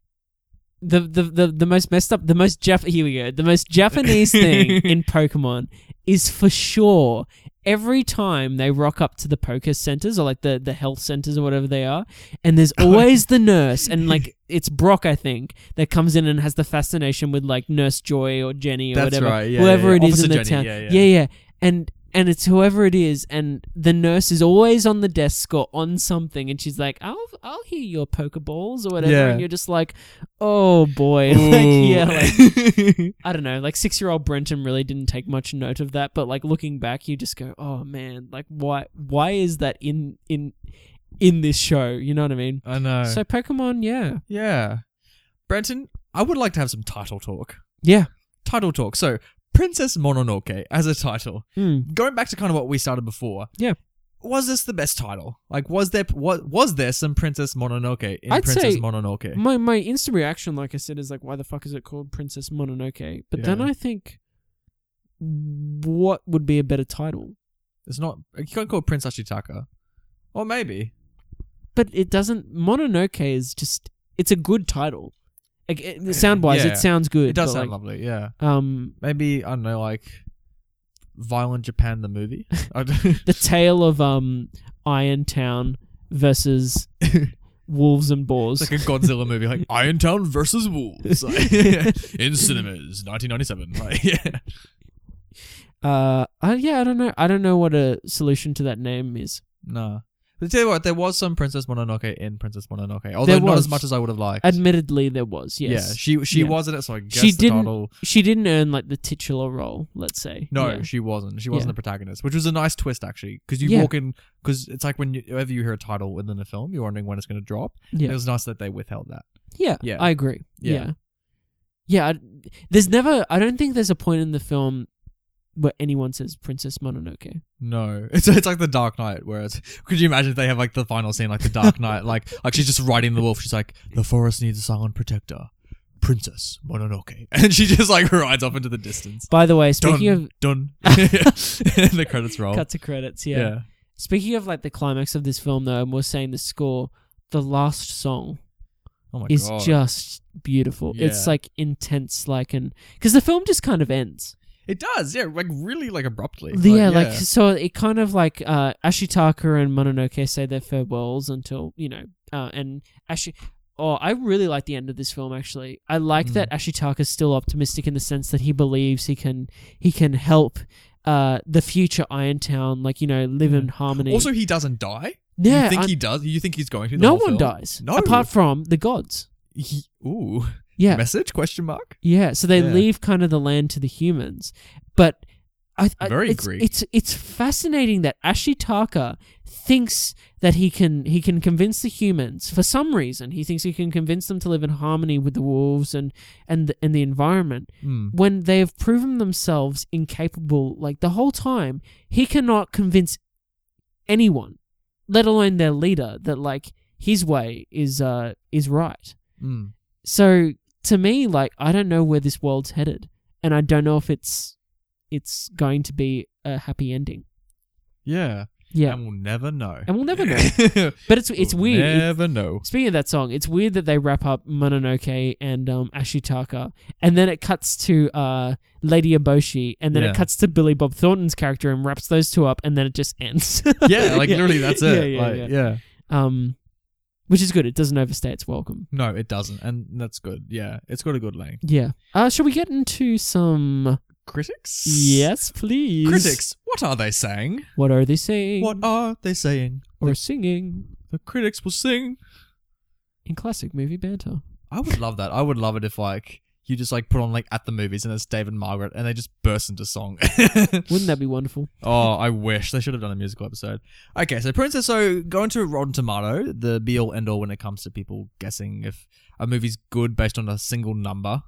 S1: The, the, the, the most messed up the most Jap here we go the most Japanese thing in Pokemon is for sure every time they rock up to the poker centers or like the, the health centers or whatever they are and there's always the nurse and like it's Brock I think that comes in and has the fascination with like Nurse Joy or Jenny or
S2: That's
S1: whatever
S2: right, yeah,
S1: whoever
S2: yeah,
S1: it
S2: yeah.
S1: is in the
S2: Officer
S1: town
S2: Jenny, yeah,
S1: yeah
S2: yeah.
S1: and and it's whoever it is, and the nurse is always on the desk or on something, and she's like, "I'll I'll hear your pokeballs or whatever,"
S2: Yeah.
S1: and you're just like, "Oh boy, like yeah." Like, I don't know, like six year old Brenton really didn't take much note of that, but like looking back, you just go, "Oh man, like why why is that in in in this show?" You know what I mean?
S2: I know.
S1: So Pokemon, yeah,
S2: yeah, Brenton, I would like to have some title talk.
S1: yeah,
S2: Title talk. So, Princess Mononoke as a title.
S1: mm.
S2: going back to kind of what we started before.
S1: Yeah.
S2: Was this the best title? Like, was there was, was there some Princess Mononoke in
S1: I'd
S2: Princess
S1: say-
S2: Mononoke?
S1: My my instant reaction, like I said, is like, why the fuck is it called Princess Mononoke? But then
S2: Yeah.
S1: I think, what would be a better title?
S2: It's not. You can't call it Prince Ashitaka, or maybe.
S1: But it doesn't. Mononoke is just. It's a good title. Like sound wise,
S2: Yeah.
S1: it sounds good.
S2: It does
S1: but,
S2: sound
S1: like,
S2: lovely. Yeah,
S1: um,
S2: maybe I don't know. Like, Violent Japan the movie. I don't-
S1: the tale of um Iron Town versus wolves and boars.
S2: it's like a Godzilla movie, like Iron Town versus Wolves, like, in cinemas, 1997. Like, yeah.
S1: uh, I, yeah, I don't know. I don't know what a solution to that name is.
S2: Nah. But tell you what, there was some Princess Mononoke in Princess Mononoke, although
S1: There
S2: not as
S1: was.
S2: much as I would have liked.
S1: Admittedly, there was yes.
S2: Yeah, she she
S1: Yeah.
S2: wasn't it, so I guess
S1: She
S2: the
S1: didn't-
S2: title.
S1: she didn't earn like the titular role, let's say.
S2: No,
S1: Yeah.
S2: she wasn't. She wasn't
S1: Yeah.
S2: the protagonist, which was a nice twist actually, because you
S1: Yeah.
S2: walk in, because it's like when you, whenever you hear a title within a film, you're wondering when it's going to drop.
S1: Yeah.
S2: It was nice that they withheld that.
S1: Yeah,
S2: Yeah.
S1: I agree.
S2: Yeah.
S1: Yeah. Yeah. I- there's never, I don't think there's a point in the film where anyone says Princess Mononoke.
S2: No, it's it's like the Dark Knight, where it's could you imagine if they have like the final scene, like the Dark Knight, like like she's just riding the wolf. She's like, the forest needs a silent protector, Princess Mononoke, and she just like rides off into the distance.
S1: By the way, speaking
S2: dun,
S1: of
S2: done. the credits roll.
S1: cut to credits, yeah.
S2: yeah.
S1: Speaking of like the climax of this film though, and we're saying the score, the last song
S2: Oh my
S1: is
S2: god.
S1: just beautiful. It's
S2: Yeah.
S1: like intense, like and because the film just kind of ends.
S2: It does, yeah, like really like abruptly.
S1: yeah, like so it kind of like uh, Ashitaka and Mononoke say their farewells until you know, uh, and Ashi. Oh, I really like the end of this film. Actually, I like
S2: Mm.
S1: that Ashitaka's still optimistic in the sense that he believes he can he can help uh, the future Iron Town, like you know, live in harmony.
S2: Mm. Also, he doesn't die.
S1: yeah,
S2: you think
S1: I'm-
S2: he does? You think he's going to? the
S1: no
S2: whole
S1: one
S2: film?
S1: dies
S2: No.
S1: apart from the gods.
S2: He- ooh,
S1: Yeah,
S2: message question mark.
S1: Yeah, so they
S2: Yeah.
S1: leave kind of the land to the humans, but I, I
S2: Very
S1: it's,
S2: Greek.
S1: It's it's fascinating that Ashitaka thinks that he can he can convince the humans for some reason. He thinks he can convince them to live in harmony with the wolves and and the, and the environment
S2: Hmm.
S1: when they have proven themselves incapable. Like the whole time, he cannot convince anyone, let alone their leader, that like his way is uh is right.
S2: Hmm.
S1: So to me, like I don't know where this world's headed, and I don't know if it's it's going to be a happy ending.
S2: Yeah.
S1: Yeah,
S2: and we'll never know.
S1: and we'll never know.
S2: know.
S1: But it's it's weird. It-
S2: Never know.
S1: speaking of that song, it's weird that they wrap up Mononoke and um, Ashitaka, and then it cuts to uh, Lady Eboshi, and then
S2: Yeah.
S1: it cuts to Billy Bob Thornton's character and wraps those two up, and then it just ends.
S2: Yeah, like literally, that's
S1: Yeah,
S2: it.
S1: yeah,
S2: like,
S1: yeah.
S2: yeah.
S1: um, which is good. It doesn't overstay its welcome.
S2: No, it doesn't, and that's good. Yeah, it's got a good length.
S1: Yeah. Uh, shall we get into some?
S2: Critics.
S1: Yes, please.
S2: Critics. What are they saying?
S1: What are they saying?
S2: What are they saying?
S1: or singing
S2: The critics will sing.
S1: in classic movie banter.
S2: I would love that. I would love it if like you just like put on like at the movies and it's Dave and Margaret and they just burst into song.
S1: Wouldn't that be wonderful?
S2: oh, I wish they should have done a musical episode. Okay, so Princess O going to Rotten Tomato, the be all end all when it comes to people guessing if a movie's good based on a single number.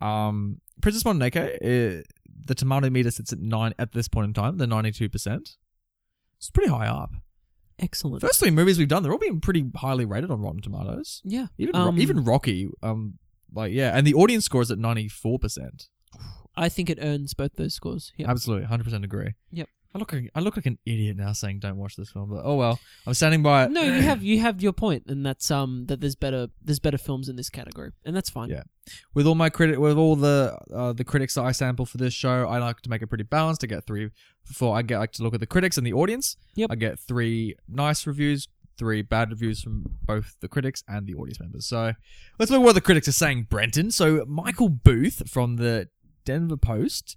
S2: Um, Princess Mononoke, uh, the tomato meter sits at nine at this point in time, the ninety two percent. It's pretty high up. The
S1: Excellent.
S2: first three movies we've done, they're all being pretty highly rated on Rotten Tomatoes.
S1: yeah.
S2: Even
S1: Um,
S2: Ro- even Rocky, um, like yeah, and the audience score is at ninety four percent.
S1: I think it earns both those scores. Yeah.
S2: Absolutely, hundred percent agree.
S1: Yep.
S2: I look I look like an idiot now saying don't watch this film, but oh well, I'm standing by it.
S1: no, you have you have your point, and that's um that there's better there's better films in this category, and that's fine.
S2: Yeah. with all my credit with all the uh, the critics that I sample for this show, I like to make it pretty balanced. I get three before I get like to look at the critics and the audience.
S1: Yep.
S2: I get three nice reviews, three bad reviews from both the critics and the audience members. So let's look at what the critics are saying, Brenton. So Michael Booth from the Denver Post.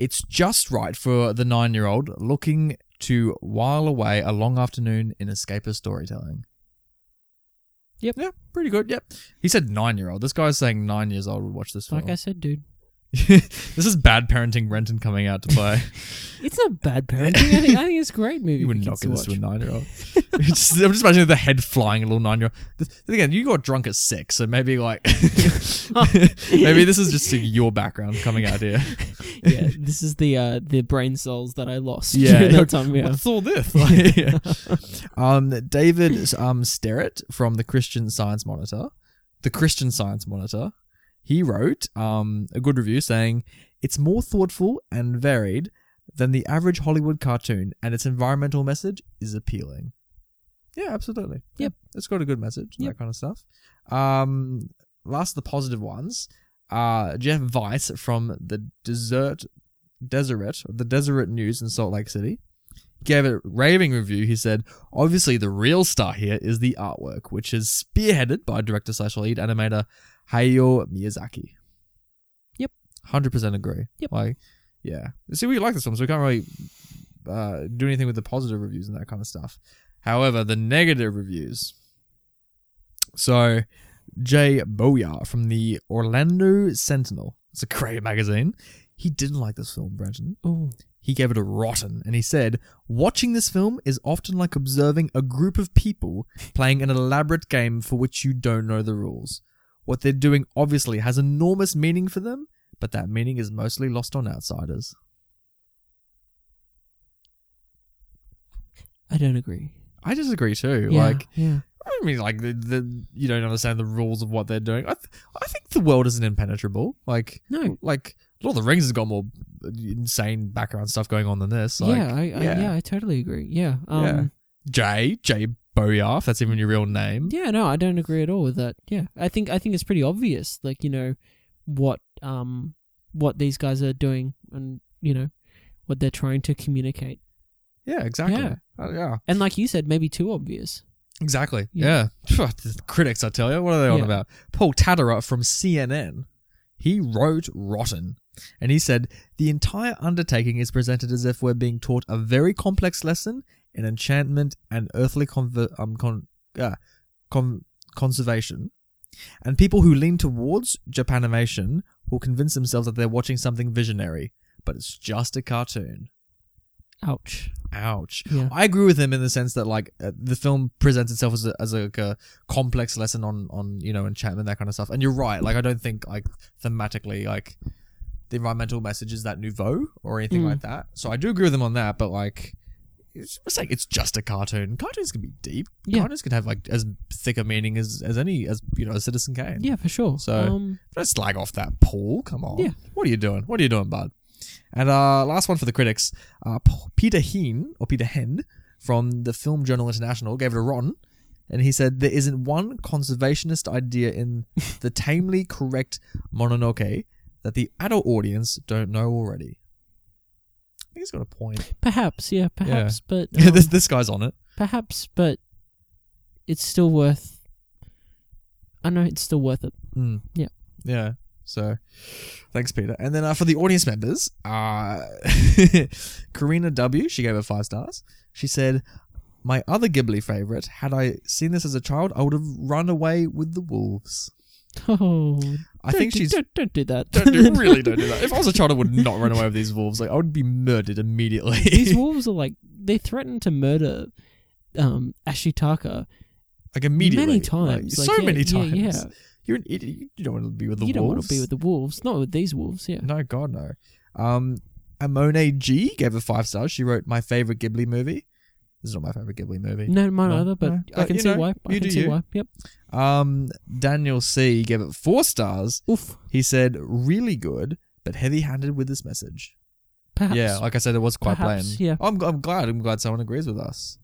S2: It's just right for the nine year old looking to while away a long afternoon in escapist storytelling.
S1: Yep.
S2: Yeah, pretty good. Yep. He said nine year old. This guy's saying nine years old would watch this film.
S1: Like I said, dude,
S2: this is bad parenting Renton coming out to play.
S1: it's not bad parenting. I think, I think it's a great movie.
S2: you
S1: for
S2: would
S1: kids
S2: not give this to a
S1: watch.
S2: nine year old. I'm just imagining the head flying a little nine year old. Then again, you got drunk at six, so maybe like maybe this is just your background coming out here.
S1: yeah, this is the uh, the brain cells that I lost.
S2: Yeah.
S1: during that time. Yeah.
S2: What's all this? Like, yeah. um, David um, Sterrett from the Christian Science Monitor, the Christian Science Monitor, he wrote um, a good review saying, It's more thoughtful and varied than the average Hollywood cartoon, and its environmental message is appealing. Yeah, absolutely.
S1: Yep.
S2: Yeah, It's got a good message,
S1: Yep.
S2: that kind of stuff. Um, last of the positive ones. Uh, Jeff Weiss from the Desert Deseret, the Deseret News in Salt Lake City, gave it a raving review. He said, "Obviously, the real star here is the artwork, which is spearheaded by director slash lead animator Hayao Miyazaki."
S1: Yep.
S2: hundred percent agree.
S1: Yep.
S2: like, yeah. See, we like this one, so we can't really uh, do anything with the positive reviews and that kind of stuff. However, the negative reviews. So, Jay Boyar from the Orlando Sentinel. It's a great magazine. He didn't like this film, Brenton.
S1: Oh,
S2: He gave it a rotten, and he said, Watching this film is often like observing a group of people playing an elaborate game for which you don't know the rules. What they're doing obviously has enormous meaning for them, but that meaning is mostly lost on outsiders.
S1: I don't agree.
S2: I disagree too.
S1: Yeah,
S2: Like,
S1: yeah.
S2: I mean, like the, the you don't understand the rules of what they're doing. I, th- I think the world isn't impenetrable. Like,
S1: No.
S2: like Lord of the Rings has got more insane background stuff going on than this. Like,
S1: yeah, I, I, yeah, I totally agree. Yeah, um,
S2: Jay Jay Boyar, if that's even your real name.
S1: yeah, no, I don't agree at all with that. Yeah, I think I think it's pretty obvious, like you know, what um what these guys are doing and you know what they're trying to communicate,
S2: Yeah, exactly.
S1: Yeah.
S2: Uh, yeah.
S1: and like you said, maybe too obvious.
S2: Exactly. Yeah.
S1: Yeah.
S2: The Critics, I tell you, what are they on
S1: Yeah.
S2: about? Paul Tadera from CNN, he wrote Rotten. And he said, The entire undertaking is presented as if we're being taught a very complex lesson in enchantment and earthly conver- um, con- uh, con- conservation. And people who lean towards Japanimation will convince themselves that they're watching something visionary, but it's just a cartoon.
S1: Ouch.
S2: Ouch.
S1: Yeah.
S2: I agree with him in the sense that like uh, the film presents itself as a, as a, like, a complex lesson on on you know enchantment that kind of stuff. And you're right. Like I don't think like thematically like the environmental message is that nouveau or anything
S1: Mm.
S2: like that. So I do agree with him on that. But like it's, it's like it's just a cartoon. Cartoons can be deep.
S1: Yeah.
S2: Cartoons can have like as thick a meaning as as any as you know a citizen can.
S1: Yeah, for sure.
S2: So-
S1: um,
S2: Don't slag off that Paul. Come on.
S1: Yeah.
S2: What are you doing? What are you doing, bud? And uh, last one for the critics. Uh, P- Peter Heen, or Peter Hen, from the Film Journal International, gave it a rotten. And he said, There isn't one conservationist idea in the tamely correct Mononoke that the adult audience don't know already. I think he's got a point.
S1: perhaps, yeah, perhaps, but um,
S2: this, this guy's on it.
S1: perhaps, but it's still worth. I know it's still worth it.
S2: Mm.
S1: Yeah.
S2: Yeah. So thanks, Peter. And then uh, for the audience members, uh, Karina W., she gave it five stars. She said, My other Ghibli favorite, had I seen this as a child, I would have run away with the wolves.
S1: Oh,
S2: I
S1: don't
S2: think
S1: do-
S2: she's.
S1: Don't, don't do that.
S2: Don't do, really don't do that. If I was a child, I would not run away with these wolves. Like I would be murdered immediately.
S1: These wolves are like they threatened to murder um Ashitaka
S2: like immediately.
S1: many
S2: Like,
S1: times. Like,
S2: so
S1: yeah,
S2: many
S1: yeah,
S2: times.
S1: Yeah,
S2: You're an idiot. You don't want to be with the
S1: you
S2: wolves.
S1: don't want to be with the wolves. Not with these wolves. Yeah.
S2: No, God, no. Um, Amone G gave it five stars. She wrote my favorite Ghibli movie. This is not my favorite Ghibli movie.
S1: No, mine
S2: No,
S1: either, but
S2: no,
S1: I
S2: but
S1: can
S2: you
S1: see
S2: know,
S1: why. I
S2: you
S1: can
S2: do
S1: see
S2: you.
S1: why. Yep.
S2: Um, Daniel C gave it four stars.
S1: Oof.
S2: He said really good, but heavy-handed with this message.
S1: Perhaps.
S2: Yeah, like I said, it was quite
S1: Perhaps,
S2: plain.
S1: yeah.
S2: I'm, I'm glad. I'm glad someone agrees with us.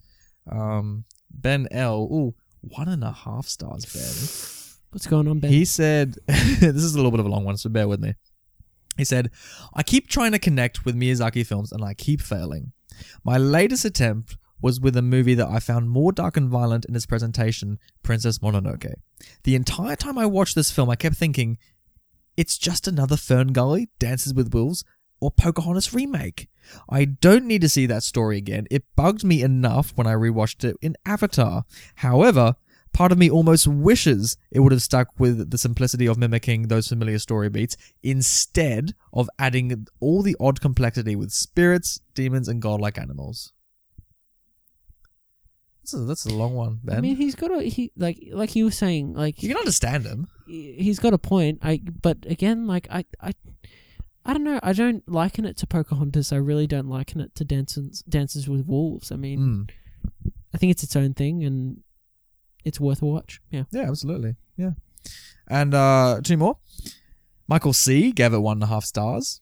S2: Um, Ben L. Ooh, one and a half stars, Ben.
S1: What's going on, Ben?
S2: He said, This is a little bit of a long one, so bear with me. He said, I keep trying to connect with Miyazaki films and I keep failing. My latest attempt was with a movie that I found more dark and violent in its presentation, Princess Mononoke. The entire time I watched this film, I kept thinking, it's just another Fern Gully, dances with wolves, or Pocahontas remake. I don't need to see that story again. It bugged me enough when I rewatched it in Avatar. However, part of me almost wishes it would have stuck with the simplicity of mimicking those familiar story beats instead of adding all the odd complexity with spirits, demons, and godlike animals. That's a, that's a long one, Ben.
S1: I mean, he's got a he like like you were saying like
S2: you can understand him.
S1: he's got a point. I but again, like I, I, I don't know. I don't liken it to Pocahontas. I really don't liken it to Dances Dances with Wolves. I mean,
S2: Mm.
S1: I think it's its own thing, and it's worth a watch. Yeah.
S2: Yeah, absolutely. Yeah. And uh, two more. Michael C gave it one and a half stars.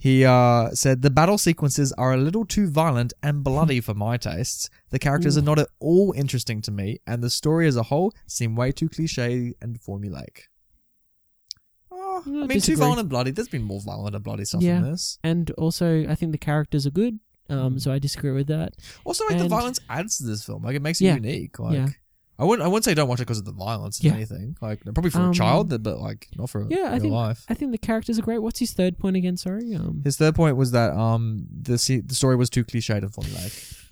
S2: He uh, said the battle sequences are a little too violent and bloody for my tastes. The characters are not at all interesting to me, and the story as a whole seem way too cliche and formulaic. Oh, I
S1: Mm, I
S2: mean,
S1: disagree.
S2: too violent and bloody. There's been more violent and bloody stuff
S1: Yeah.
S2: in this.
S1: And also, I think the characters are good.
S2: Mm.
S1: Um, so I disagree with that.
S2: Also, like the
S1: And-
S2: violence adds to this film. Like it makes it
S1: Yeah.
S2: unique. Like
S1: Yeah.
S2: I wouldn't. I wouldn't say don't watch it because of the violence. If
S1: Yeah.
S2: anything, like probably for a
S1: Um,
S2: child, but like not for
S1: yeah, I
S2: real
S1: think-
S2: life.
S1: I think the characters are great. What's his third point again? Sorry. Um,
S2: His third point was that um the se- the story was too cliched and formulaic.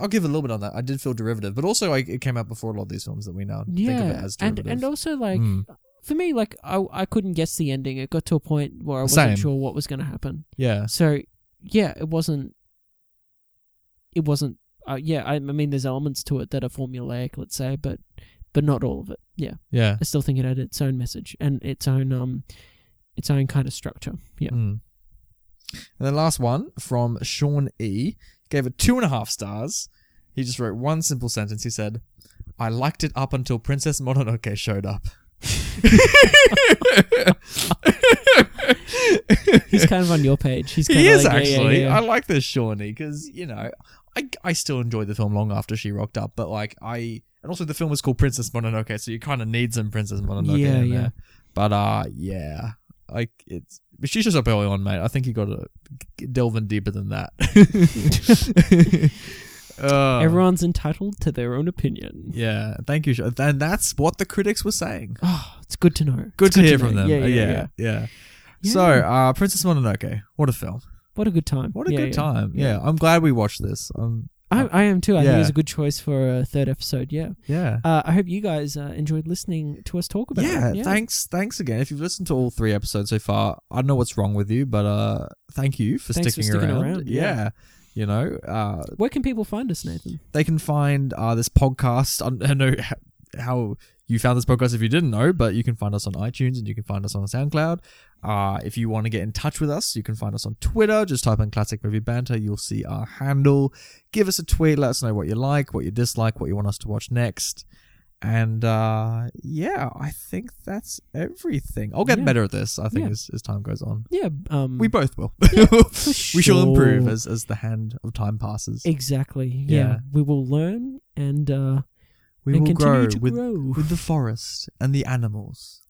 S2: I'll give a little bit on that. I did feel derivative, but also like it came out before a lot of these films that we now think of it
S1: yeah,
S2: as
S1: and
S2: derivative.
S1: and also like
S2: Mm.
S1: for me, like I I couldn't guess the ending. It got to a point where I wasn't
S2: Same.
S1: sure what was going to happen.
S2: yeah,
S1: So yeah, it wasn't. It wasn't. Uh, yeah, I, I mean, there's elements to it that are formulaic, let's say, but but not all of it. Yeah,
S2: yeah.
S1: I still think it had its own message and its own um, its own kind of structure. Yeah.
S2: Mm. And the last one from Sean E gave it two and a half stars. He just wrote one simple sentence. He said, "I liked it up until Princess Mononoke showed up."
S1: He's kind of on your page. He's kind
S2: He
S1: of
S2: is
S1: like, yeah, yeah,
S2: actually.
S1: yeah.
S2: I like this Shawnee because you know, I I still enjoyed the film long after she rocked up, but like I and also the film was called Princess Mononoke, so you kind of need some Princess Mononoke
S1: Yeah,
S2: in
S1: yeah.
S2: there. But uh, yeah, like it's but she shows up early on, mate. I think you got to delve in deeper than that. Uh,
S1: Everyone's entitled to their own opinion.
S2: Yeah, thank you. Sha- And that's what the critics were saying.
S1: Oh, it's good to know.
S2: Good,
S1: It's
S2: to hear from
S1: know.
S2: them.
S1: Yeah, yeah, yeah.
S2: yeah.
S1: Yeah.
S2: So, uh, Princess Mononoke, what a film.
S1: What a good time.
S2: What a
S1: Yeah,
S2: good
S1: yeah.
S2: time. Yeah.
S1: Yeah.
S2: I'm glad we watched this. Um,
S1: I, I am too. I think
S2: Yeah.
S1: it was a good choice for a third episode. Yeah.
S2: yeah.
S1: Uh, I hope you guys uh, enjoyed listening to us talk about
S2: yeah,
S1: it.
S2: thanks, thanks again. If you've listened to all three episodes so far, I don't know what's wrong with you, but uh, thank you for,
S1: Thanks for
S2: sticking,
S1: sticking
S2: around.
S1: around,
S2: Yeah.
S1: yeah.
S2: you know, uh,
S1: Where can people find us, Nathan?
S2: they can find uh, this podcast. I don't- I don't know h- how you found this podcast if you didn't know, but you can find us on iTunes and you can find us on SoundCloud. Uh, if you want to get in touch with us, you can find us on Twitter. Just type in Classic Movie Banter. You'll see our handle. Give us a tweet. Let us know what you like, what you dislike, what you want us to watch next. And uh, yeah, I think that's everything. I'll get
S1: Yeah.
S2: better at this, I think,
S1: Yeah.
S2: as, as time goes on.
S1: Yeah, um,
S2: We both will.
S1: for
S2: We shall improve
S1: sure.
S2: as, as the hand of time passes.
S1: exactly. Yeah.
S2: Yeah.
S1: we will learn and uh,
S2: we
S1: and
S2: will
S1: continue
S2: grow
S1: to
S2: with
S1: grow.
S2: with the forest and the animals